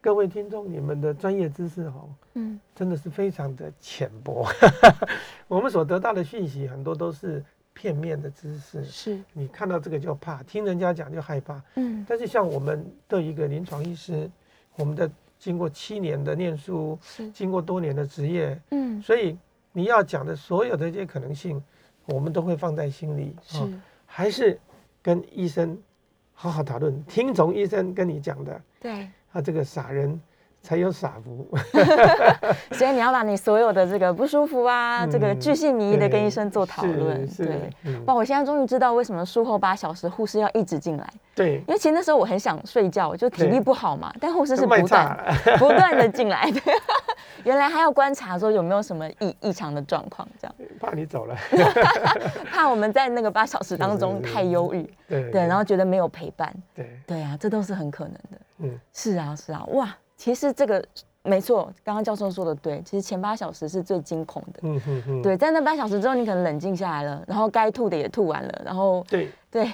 S3: 各位听众你们的专业知识哦，
S2: 嗯，
S3: 真的是非常的浅薄， 我们所得到的讯息很多都是片面的知识。
S2: 是，
S3: 你看到这个就怕，听人家讲就害怕。
S2: 嗯，
S3: 但是像我们对一个临床医师，我们的经过七年的念书，
S2: 是，
S3: 经过多年的职业，
S2: 嗯，
S3: 所以你要讲的所有的这些可能性，我们都会放在心里。啊
S2: 是，
S3: 还是跟医生好好讨论，听从医生跟你讲的。
S2: 对，
S3: 啊，这个傻人才有傻福。
S2: 所以你要把你所有的这个不舒服啊，这个
S3: 嗯
S2: 巨细靡遗的跟
S3: 对
S2: 医生做讨论，
S3: 是是
S2: 对。
S3: 嗯
S2: 哇！我现在终于知道为什么术后八小时护士要一直进来，
S3: 对，
S2: 因为其实那时候我很想睡觉，就体力
S3: 对
S2: 不好嘛，但护士
S3: 这
S2: 是
S3: 卖
S2: 不
S3: 差
S2: 断
S3: 了。
S2: 不断的进来的， 原来还要观察说有没有什么异异常的状况，这样
S3: 怕你走了。
S2: 怕我们在那个八小时当中
S3: 是是是
S2: 太忧郁，
S3: 对
S2: 对，然后觉得没有陪伴，
S3: 对，
S2: 对啊，这都是很可能的。
S3: 嗯，
S2: 是啊，是啊，哇，其实这个没错，刚刚教授说的对，其实前八小时是最惊恐的。
S3: 嗯哼哼，
S2: 对，在那八小时之后，你可能冷静下来了，然后该吐的也吐完了，然后
S3: 对
S2: 对，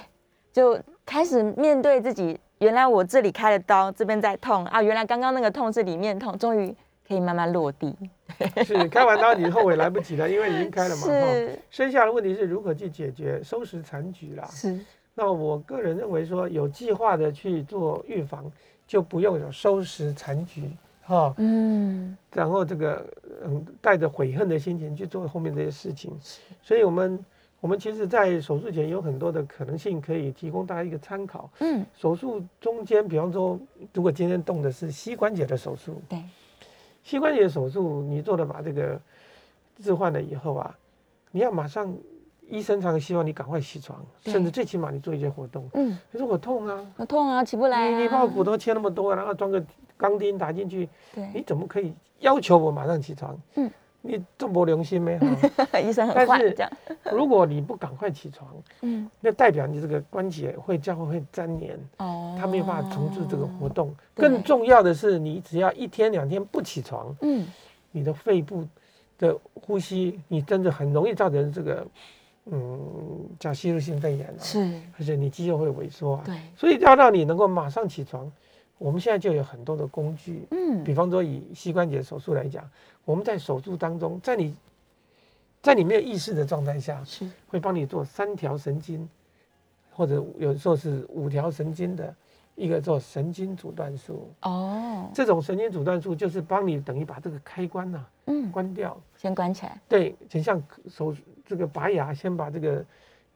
S2: 就开始面对自己。原来我这里开了刀，这边在痛啊，原来刚刚那个痛是里面痛，终于可以慢慢落地。
S3: 是开完刀你后悔来不及了，因为已经开了嘛。哈。
S2: 是
S3: 剩下的问题是如何去解决收拾残局啦。
S2: 是，
S3: 那我个人认为说，有计划的去做预防，就不用有收拾残局哈、
S2: 嗯，
S3: 然后这个嗯，带着悔恨的心情去做后面这些事情。所以我们我们其实，在手术前有很多的可能性可以提供大家一个参考。
S2: 嗯，
S3: 手术中间，比方说，如果今天动的是膝关节的手术，
S2: 对，
S3: 膝关节手术你做了把这个置换了以后啊，你要马上，医生常常希望你赶快起床，
S2: 对
S3: 甚至最起码你做一些活动。
S2: 嗯，
S3: 可是我痛啊，
S2: 我痛啊，起不来、
S3: 你
S2: 啊。
S3: 你把我骨头切那么多，然后装个钢钉打进去，你
S2: 对，
S3: 怎么可以要求我马上起床？
S2: 嗯，
S3: 你这么良心 没哈？
S2: 医生很
S3: 但
S2: 坏，
S3: 是
S2: 这样。
S3: 如果你不赶快起床，
S2: 嗯，
S3: 那代表你这个关节会将会粘连。
S2: 哦，
S3: 他没有办法重置这个活。动。
S2: 对
S3: 更重要的是，你只要一天两天不起床，
S2: 嗯，
S3: 你的肺部的呼吸，你真的很容易造成这个，嗯，叫吸入性肺炎啊，
S2: 是，
S3: 而且你肌肉会萎缩啊。
S2: 对，
S3: 所以要让你能够马上起床，我们现在就有很多的工具，
S2: 嗯，
S3: 比方说以膝关节手术来讲，我们在手术当中，在你在你没有意识的状态下，
S2: 是，
S3: 会帮你做三条神经，或者有时候是五条神经的一个做神经阻断术。
S2: 哦，
S3: 这种神经阻断术就是帮你等于把这个开关呐、
S2: 嗯，
S3: 关掉，
S2: 先关起来，
S3: 对，很像手这个拔牙，先把这个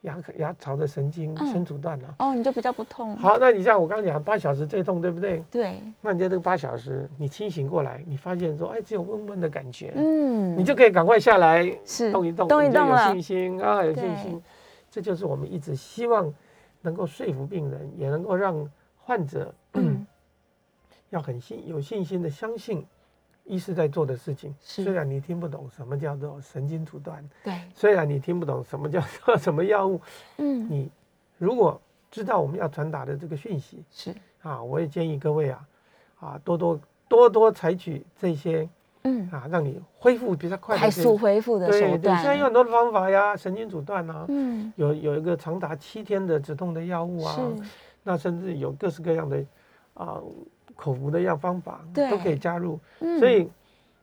S3: 牙龈牙槽的神经
S2: 嗯
S3: 深阻断了。
S2: 哦，你就比较不痛。
S3: 好，那你像我刚讲八小时最痛，对不对？
S2: 对，
S3: 那你在这个八小时，你清醒过来，你发现说，哎，只有温温的感觉，
S2: 嗯，
S3: 你就可以赶快下来
S2: 是
S3: 动一
S2: 嗯
S3: 动，
S2: 动一
S3: 你就
S2: 动
S3: 有
S2: 了
S3: 信，心啊，有信
S2: 对
S3: 心。这就是我们一直希望能够说服病人，也能够让患者
S2: 嗯，
S3: 要很信有信心的相信医师在做的事情。
S2: 是
S3: 虽然你听不懂什么叫做神经阻断，
S2: 对，
S3: 虽然你听不懂什么叫做 什么药物，
S2: 嗯，
S3: 你如果知道我们要传达的这个讯息
S2: 是，
S3: 啊，我也建议各位啊啊多多多多采取这些
S2: 嗯，
S3: 啊让你恢复比较快的
S2: 快
S3: 这
S2: 速恢复的手
S3: 对对，现在有
S2: 段，
S3: 很多的方法呀，神经阻断啊，
S2: 嗯，
S3: 有有一个长达七天的止痛的药物啊，
S2: 是，
S3: 那甚至有各式各样的啊、口服的药方法
S2: 对
S3: 都可以加入，
S2: 嗯
S3: 所以哦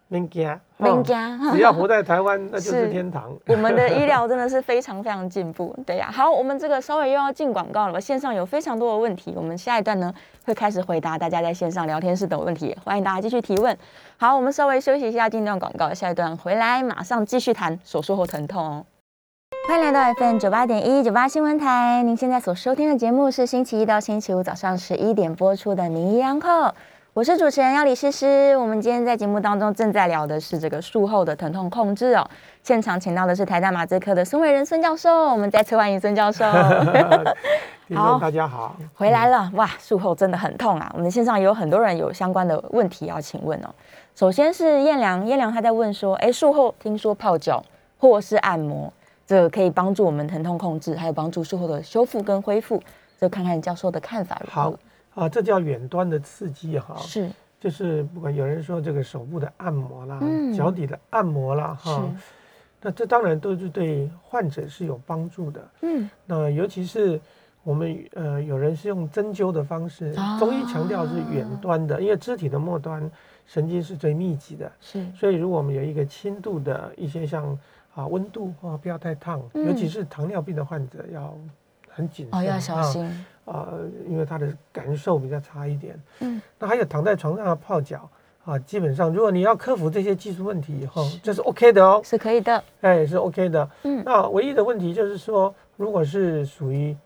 S3: 民家
S2: 名 家，
S3: 只要活在台湾，那就是是天堂。
S2: 我们的医疗真的是非常非常进步，对呀、好，我们这个稍微又要进广告了，线上有非常多的问题，我们下一段呢会开始回答大家在线上聊天室的问题，欢迎大家继续提问。好，我们稍微休息一下，进一段广告，下一段回来马上继续谈手术后疼痛哦。欢迎来到 FM 九八点一九八新闻台，您现在所收听的节目是星期一到星期五早上十一点播出的《名医安扣》，我是主持人要李诗诗。我们今天在节目当中正在聊的是这个术后的疼痛控制哦。现场请到的是台大麻醉科的孙伟仁孙教授，我们再次欢迎孙教授
S3: 听
S2: 好
S3: 众大家好，
S2: 回来了。哇，术后真的很痛啊！我们线上有很多人有相关的问题要请问哦。首先是燕良，燕良他在问说，哎，术后听说泡脚或是按摩，这个可以帮助我们疼痛控制，还有帮助术后的修复跟恢复。就看看教授的看法如何。
S3: 好
S2: 哦
S3: 啊，这叫远端的刺激哈、
S2: 是
S3: 就是不管有人说这个手部的按摩啦，
S2: 嗯
S3: 脚底的按摩啦
S2: 是
S3: 哈，，那这当然都是对患者是有帮助的。
S2: 嗯，
S3: 那尤其是我们呃，有人是用针灸的方式
S2: 啊，
S3: 中医强调是远端的，因为肢体的末端神经是最密集的，
S2: 是
S3: 所以如果我们有一个轻度的一些像啊温度啊不要太烫，
S2: 嗯
S3: 尤其是糖尿病的患者要很谨慎，
S2: 哦，要小心。
S3: 啊、呃因为他的感受比较差一点。
S2: 嗯，
S3: 那还有躺在床上的泡脚。啊，基本上，如果你要克服这些技术问题以后，这是 OK 的哦，
S2: 是可以的。
S3: 哎，是 OK 的。
S2: 嗯，
S3: 那唯一的问题就是说，如果是属于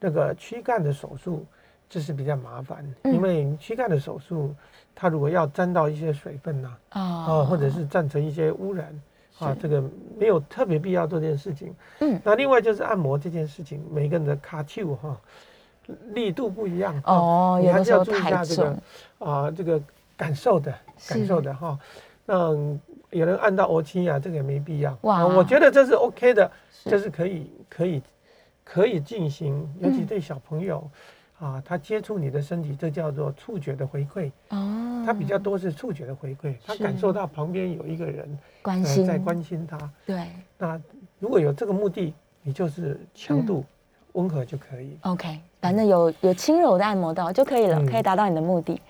S3: 那个躯干的手术，这是比较麻烦，
S2: 嗯
S3: 因为躯干的手术，它如果要沾到一些水分呐、啊，
S2: 哦，
S3: 或者是造成一些污染啊，
S2: 是
S3: 这个没有特别必要做这件事情。
S2: 嗯，
S3: 那另外就是按摩这件事情，每个人的卡丘哈力度不一样啊
S2: 哦，
S3: 你
S2: 有
S3: 还
S2: 的
S3: 是
S2: 时候
S3: 要注意一
S2: 太
S3: 下这个
S2: 重，
S3: 啊这个感受的感
S2: 是
S3: 受的哈。那有人按到欧青啊，这个也没必要。
S2: 哇
S3: 啊我觉得这是 OK 的。这
S2: 是
S3: 是可以可以可以进行，尤其
S2: 嗯
S3: 对小朋友、啊，他接触你的身体，这叫做触觉的回馈，
S2: 哦，
S3: 他比呃较多是触觉的回馈，他
S2: 是
S3: 感受到旁边有一个人、
S2: 关
S3: 呃、
S2: 心，
S3: 在关心他。
S2: 对
S3: 那如果有这个目的，你就是强
S2: 嗯
S3: 度温和就可以。
S2: ，OK，反正有有轻柔的按摩到就可以了，
S3: 嗯
S2: 可以达到你的目的。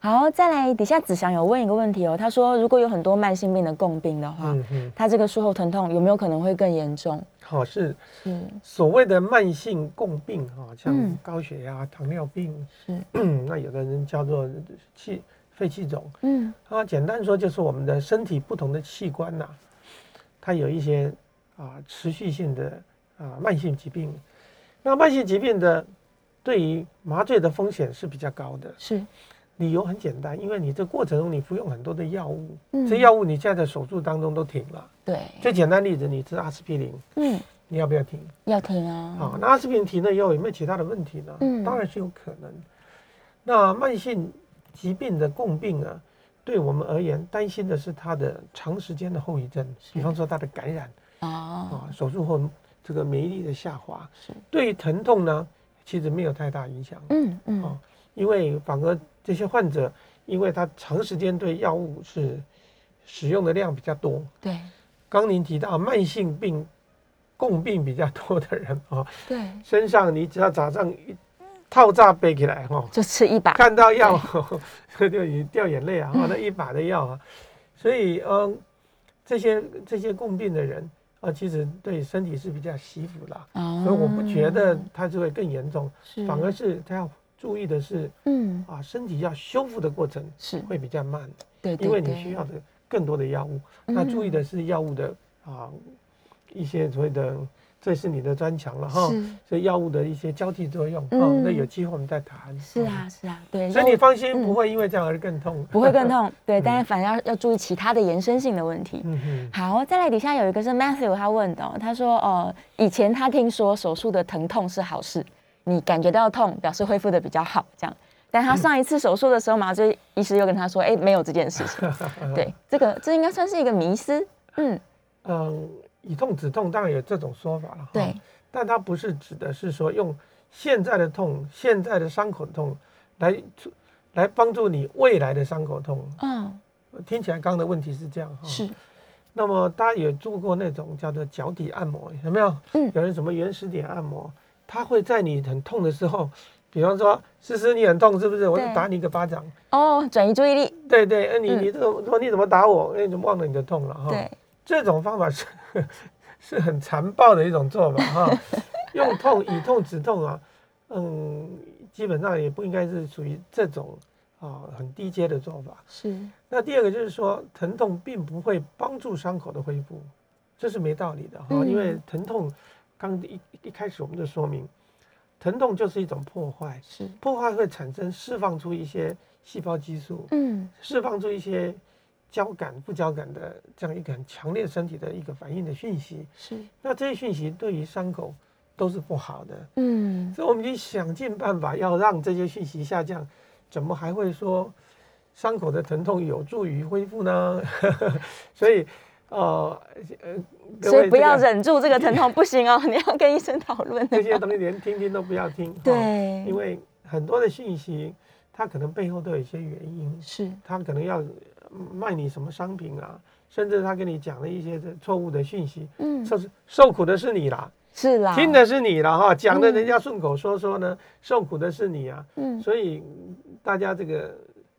S2: 好，再来底下子祥有问一个问题哦，他说如果有很多慢性病的共病的话，
S3: 嗯嗯，
S2: 他这个术后疼痛有没有可能会更严重？
S3: 好是
S2: 是
S3: 所谓的慢性共病啊，像
S2: 嗯
S3: 高血压、糖尿病，
S2: 是，
S3: 那有的人叫做气肺气肿，
S2: 嗯，
S3: 啊，简单说就是我们的身体不同的器官呐、它有一些啊、持续性的啊、慢性疾病。那慢性疾病的对于麻醉的风险是比较高的，
S2: 是，
S3: 理由很简单，因为你这过程中你服用很多的药物，
S2: 嗯
S3: 这药物你现在在手术当中都停了。
S2: 对，
S3: 最简单例子，你吃阿司匹林，
S2: 嗯，
S3: 你要不要停？
S2: 要停啊，
S3: 啊，那阿司匹林停了以后有没有其他的问题呢？
S2: 嗯
S3: 当然是有可能。那慢性疾病的共病啊，对我们而言，担心的是它的长时间的后遗症，比方说它的感染
S2: 哦，
S3: 啊，手术后这个免疫力的下滑
S2: 是，
S3: 对于疼痛呢，其实没有太大影响，
S2: 嗯嗯
S3: 哦，因为反而这些患者，因为他长时间对药物是使用的量比较多，
S2: 对
S3: 刚您提到慢性病共病比较多的人啊。
S2: 对，
S3: 身上你只要早上一套炸背起来哈、哦，
S2: 就吃一把，
S3: 看到药 就掉眼泪啊，哦、那一把的药啊，所以嗯，这些这些共病的人啊，其实对身体是比较惜福啦，
S2: 哦
S3: 所以我不觉得
S2: 嗯
S3: 它就会更严重，
S2: 是
S3: 反而是他要注意的是
S2: 嗯
S3: 啊，身体要修复的过程
S2: 是，
S3: 会比较慢，
S2: 对，对
S3: 因为你
S2: 对嗯
S3: 需要的更多的药物，那注意的是药物的啊一些所谓的这是你的专长了哈。
S2: 是
S3: 所以药物的一些交替作用哈、
S2: 嗯
S3: 那有机会我们再谈。
S2: 是啊，是啊，对，
S3: 所以你
S2: 肉
S3: 放心，
S2: 嗯
S3: 不会因为这样而更痛，
S2: 不会更。痛，对，但是反而要要注意其他的延伸性的问题。
S3: 嗯哼，
S2: 好，再来底下有一个是 Matthew 他问的哦、他说呃，以前他听说手术的疼痛是好事，你感觉到痛表示恢复的比较好这样，但他上一次手术的时候，麻醉医师又跟他说，哎、没有这件事情。 对，这个这应该算是一个迷思。嗯，
S3: 嗯，以痛止痛当然有这种说法了哈。
S2: 对，
S3: 但它不是指的是说用现在的痛、现在的伤口痛来促来帮助你未来的伤口痛。
S2: 哦，
S3: 听起来刚刚的问题是这样哈。
S2: 是。，
S3: 那么大家也做过那种叫做脚底按摩，有没有？
S2: 嗯
S3: 有人什么原始点按摩，它会在你很痛的时候，比方说思思你很痛是不是？我就
S2: 对
S3: 打你一个巴掌。
S2: 哦，转移注意力，
S3: 对对，哎你
S2: 嗯
S3: 你这个说你怎么打我？哎，你怎么忘了你的痛了哈？
S2: 对，
S3: 这种方法是 是很残暴的一种做法 哈，用痛以痛止痛啊，嗯，基本上也不应该是属于这种啊很低阶的做法。
S2: 是，
S3: 那第二个就是说，疼痛并不会帮助伤口的恢复，这是没道理的哈，
S2: 嗯
S3: 因为疼痛刚一一开始我们就说明，疼痛就是一种破坏，
S2: 是，
S3: 破坏会产生释放出一些细胞激素，
S2: 嗯，
S3: 释放出一些交感、不交感的这样一个很强烈身体的一个反应的讯息。
S2: 是，
S3: 那这些讯息对于伤口都是不好的，
S2: 嗯，
S3: 所以我们已经想尽办法要让这些讯息下降。怎么还会说伤口的疼痛有助于恢复呢？ 所以，呃呃，各
S2: 所
S3: 位
S2: 以不要
S3: 这个
S2: 忍住这个疼痛，不行哦， 你要跟医生讨论
S3: 这
S2: 的。
S3: 些东西，连听听都不要听。哈
S2: 对，
S3: 因为很多的讯息，它可能背后都有一些原因。
S2: 是，
S3: 他可能要嗯卖你什么商品啊，甚至他跟你讲了一些的错误的讯息，
S2: 嗯，
S3: 受受苦的是你啦，
S2: 是啦，
S3: 听，的是你啦哈，讲的
S2: 嗯
S3: 人家顺口说说呢，受苦的是你啊，
S2: 嗯，
S3: 所以大家这个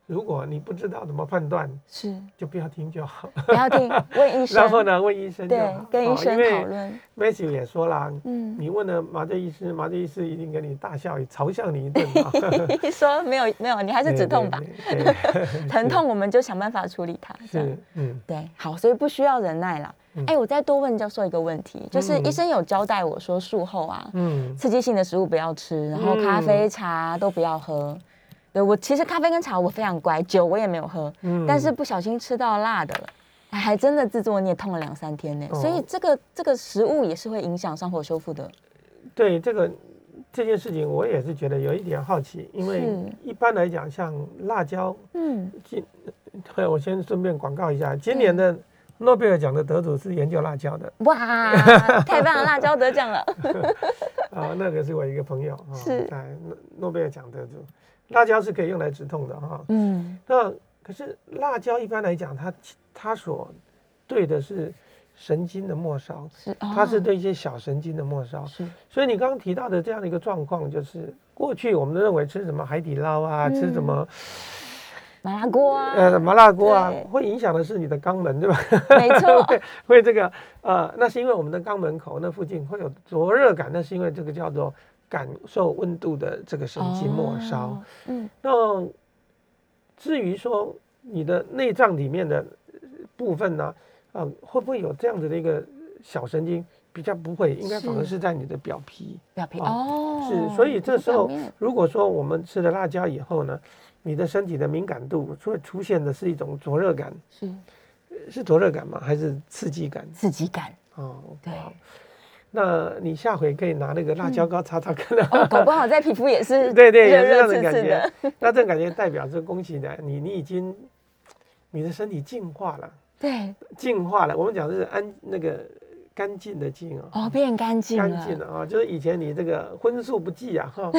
S3: 如果你不知道怎么判断，
S2: 是，
S3: 就不要听就好，
S2: 不要听，问医生，
S3: 然后呢问医生就
S2: 对
S3: 好，，
S2: 跟医
S3: 哦因
S2: 生讨
S3: 为
S2: 论，
S3: Matthew 也说啦。
S2: 嗯，
S3: 你问了麻醉医师，麻醉医师一定给你大笑，嘲笑你一顿嘛。
S2: 你说没有没有，你还是止痛吧，
S3: 对？对对对
S2: 疼痛我们就想办法处理它，这样
S3: 是，嗯，
S2: 对，好，所以不需要忍耐啦。哎、
S3: 嗯
S2: 我再多问教授一个问题，就是
S3: 嗯
S2: 医生有交代我说术后啊，
S3: 嗯，
S2: 刺激性的食物不要吃，然后咖啡、茶都不要喝。对我其实咖啡跟茶我非常乖，酒我也没有喝，
S3: 嗯
S2: 但是不小心吃到辣的了。哎还真的自作孽痛了两三天呢，
S3: 哦
S2: 所以这个这个食物也是会影响伤口修复的。
S3: 对这个这件事情，我也是觉得有一点好奇，因为
S2: 是
S3: 一般来讲，像辣椒，
S2: 嗯，
S3: 今对我先顺便广告一下，今年的诺贝尔奖的得主是研究辣椒的
S2: 哇，太棒了，辣椒得奖了。
S3: 啊、那个是我一个朋友啊，
S2: 是
S3: 在诺诺贝尔奖得主，辣椒是可以用来止痛的哈、
S2: 嗯，
S3: 那可是辣椒一般来讲，它它所对的是神经的末梢，
S2: 是，哦
S3: 它是对一些小神经的末梢，
S2: 是，
S3: 所以你刚刚提到的这样的一个状况，就是过去我们都认为吃什么海底捞啊，
S2: 嗯
S3: 吃什么
S2: 麻辣锅啊，
S3: 呃麻辣锅啊
S2: 对，
S3: 会影响的是你的肛门，对吧？
S2: 没错，
S3: 会会这个呃，那是因为我们的肛门口那附近会有灼热感，那是因为这个叫做感受温度的这个神经末梢。
S2: 哦，嗯，
S3: 那至于说你的内脏里面的部分呢、啊，会不会有这样子的一个小神经？比较不会，应该反而
S2: 是
S3: 是在你的表皮。
S2: 表皮
S3: 啊
S2: 哦，
S3: 是，所以这时候
S2: 表面
S3: 如果说我们吃了辣椒以后呢，你的身体的敏感度会出现的是一种灼热感，呃
S2: 是
S3: 是灼热感吗？还是刺激感？
S2: 刺激感，
S3: 哦，
S2: 对，嗯
S3: 好那你下回可以拿那个辣椒膏擦擦看啊。
S2: 哦，搞不好在皮肤也是
S3: 对对，
S2: 热
S3: 有这
S2: 热
S3: 样
S2: 刺
S3: 的感
S2: 刺的，
S3: 觉。那这种感觉代表是恭喜你，你你已经你的身体净化了，
S2: 对，
S3: 净化了。我们讲的是安那个干净的净啊。
S2: 哦，变干净
S3: 干净
S2: 了，
S3: 了啊，就是以前你这个荤素不忌 啊，哈，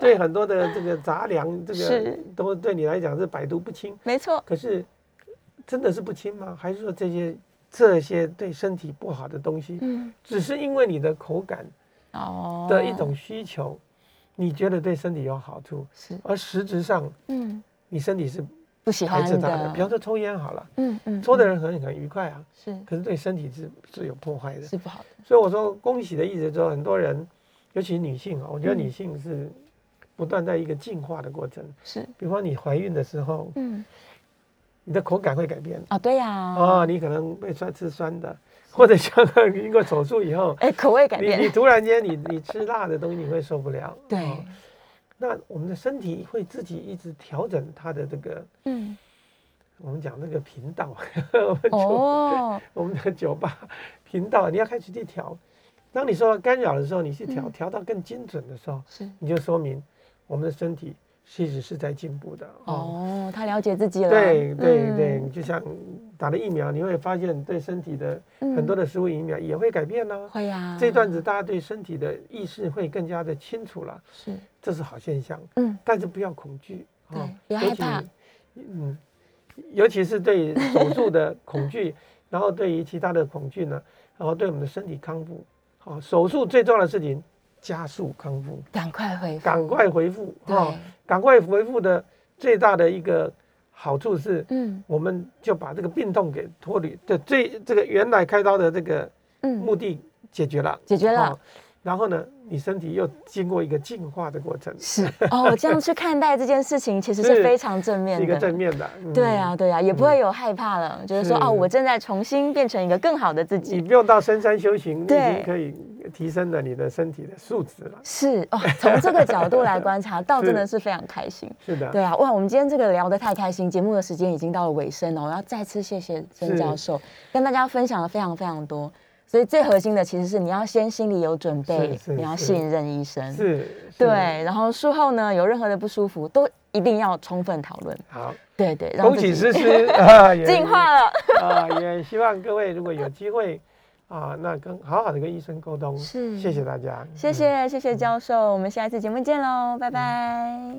S3: 对很多的这个杂粮，这个
S2: 是
S3: 都对你来讲是百毒不侵。
S2: 没错，
S3: 可是真的是不侵吗？还是说这些这些对身体不好的东西，
S2: 嗯，
S3: 只是因为你的口感
S2: 哦
S3: 的一种需求，你觉得对身体有好处，
S2: 是，
S3: 而实质上
S2: 嗯，
S3: 你身体是
S2: 不喜
S3: 排
S2: 欢
S3: 斥它的。比
S2: 的，
S3: 方说抽烟好了，
S2: 嗯嗯
S3: 抽的人很很愉快啊，
S2: 是
S3: 可是对身体是是有破坏的。
S2: 是不好的，
S3: 所以我说恭喜的意思，就是很多人，尤其女性啊，我觉得
S2: 嗯
S3: 女性是不断在一个进化的过程。
S2: 是，
S3: 比方你怀孕的时候，
S2: 嗯，
S3: 你的口感会改变
S2: 哦，对呀，
S3: 啊、哦，你可能被酸吃酸的，或者像经过手术以后，
S2: 哎，口味改
S3: 你你
S2: 变，
S3: 突然间你你吃辣的东西你会受不了，
S2: 对
S3: 哦，那我们的身体会自己一直调整它的这个，
S2: 嗯，
S3: 我们讲那个频道，我们就
S2: 哦，
S3: 我们的酒吧频道，你要开始去调。当你受到干扰的时候，你去调，
S2: 嗯
S3: 调到更精准的时候，
S2: 是，
S3: 你就说明我们的身体其实是在进步的。哦，
S2: 哦，他了解自己了，
S3: 对对
S2: 嗯
S3: 对，你，就像打了疫苗，你会发现对身体的很多
S2: 的
S3: 的食物营养也会改变呢、
S2: 嗯会啊呀，
S3: 这段子大家对身体的意识会更加的清楚了，
S2: 是，
S3: 这是好现象。
S2: 嗯，
S3: 但是不要恐惧
S2: 对
S3: 哦，
S2: 不要
S3: 尤
S2: 害
S3: 其
S2: 怕
S3: 嗯，尤其是对手术的恐惧， 然后对于其他的恐惧呢，然后对我们的身体康复，好、手术最重要的事情，加速康复，
S2: 赶快回复，
S3: 赶快恢复哦
S2: 对，
S3: 赶快恢复的最大的一个好处是，
S2: 嗯
S3: 我们就把这个病痛给脱离，这最这个原来开刀的这个
S2: 嗯，
S3: 目的解决了，
S2: 解决了
S3: 哦，然后呢，你身体又经过一个进化的过程，
S2: 是，哦，这样去看待这件事情，其实是
S3: 是
S2: 非常正面
S3: 是一个
S2: 的，
S3: 正面的。嗯
S2: 对啊，对啊，也不会有害怕了，就是说，
S3: 是
S2: 哦，我正在重新变成一个更好的自
S3: 你
S2: 己。
S3: 不用到深山修行，你已
S2: 对
S3: 经可以提升了你的身体的素质了。
S2: 是哦，从这个角度来观察，倒
S3: 是
S2: 真的是非常开心。
S3: 是的，
S2: 对啊，哇，我们今天这个聊得太开心，节目的时间已经到了尾声了，我要再次谢谢曾
S3: 是
S2: 教授，跟大家分享了非常非常多。所以最核心的其实是你要先心里有准备
S3: 是，是
S2: 你要
S3: 是
S2: 信任医生，
S3: 是，是
S2: 对，，然后术后呢有任何的不舒服都一定要充分讨论，
S3: 好，
S2: 对对，让
S3: 恭
S2: 自
S3: 喜
S2: 己
S3: 诗诗啊，也
S2: 进化了，
S3: 啊，也希望各位如果有机会啊，那跟好好的跟医生沟通。
S2: 是
S3: 谢谢大家，
S2: 谢
S3: 嗯
S2: 谢谢谢教授，我们下一次节目见喽，拜拜。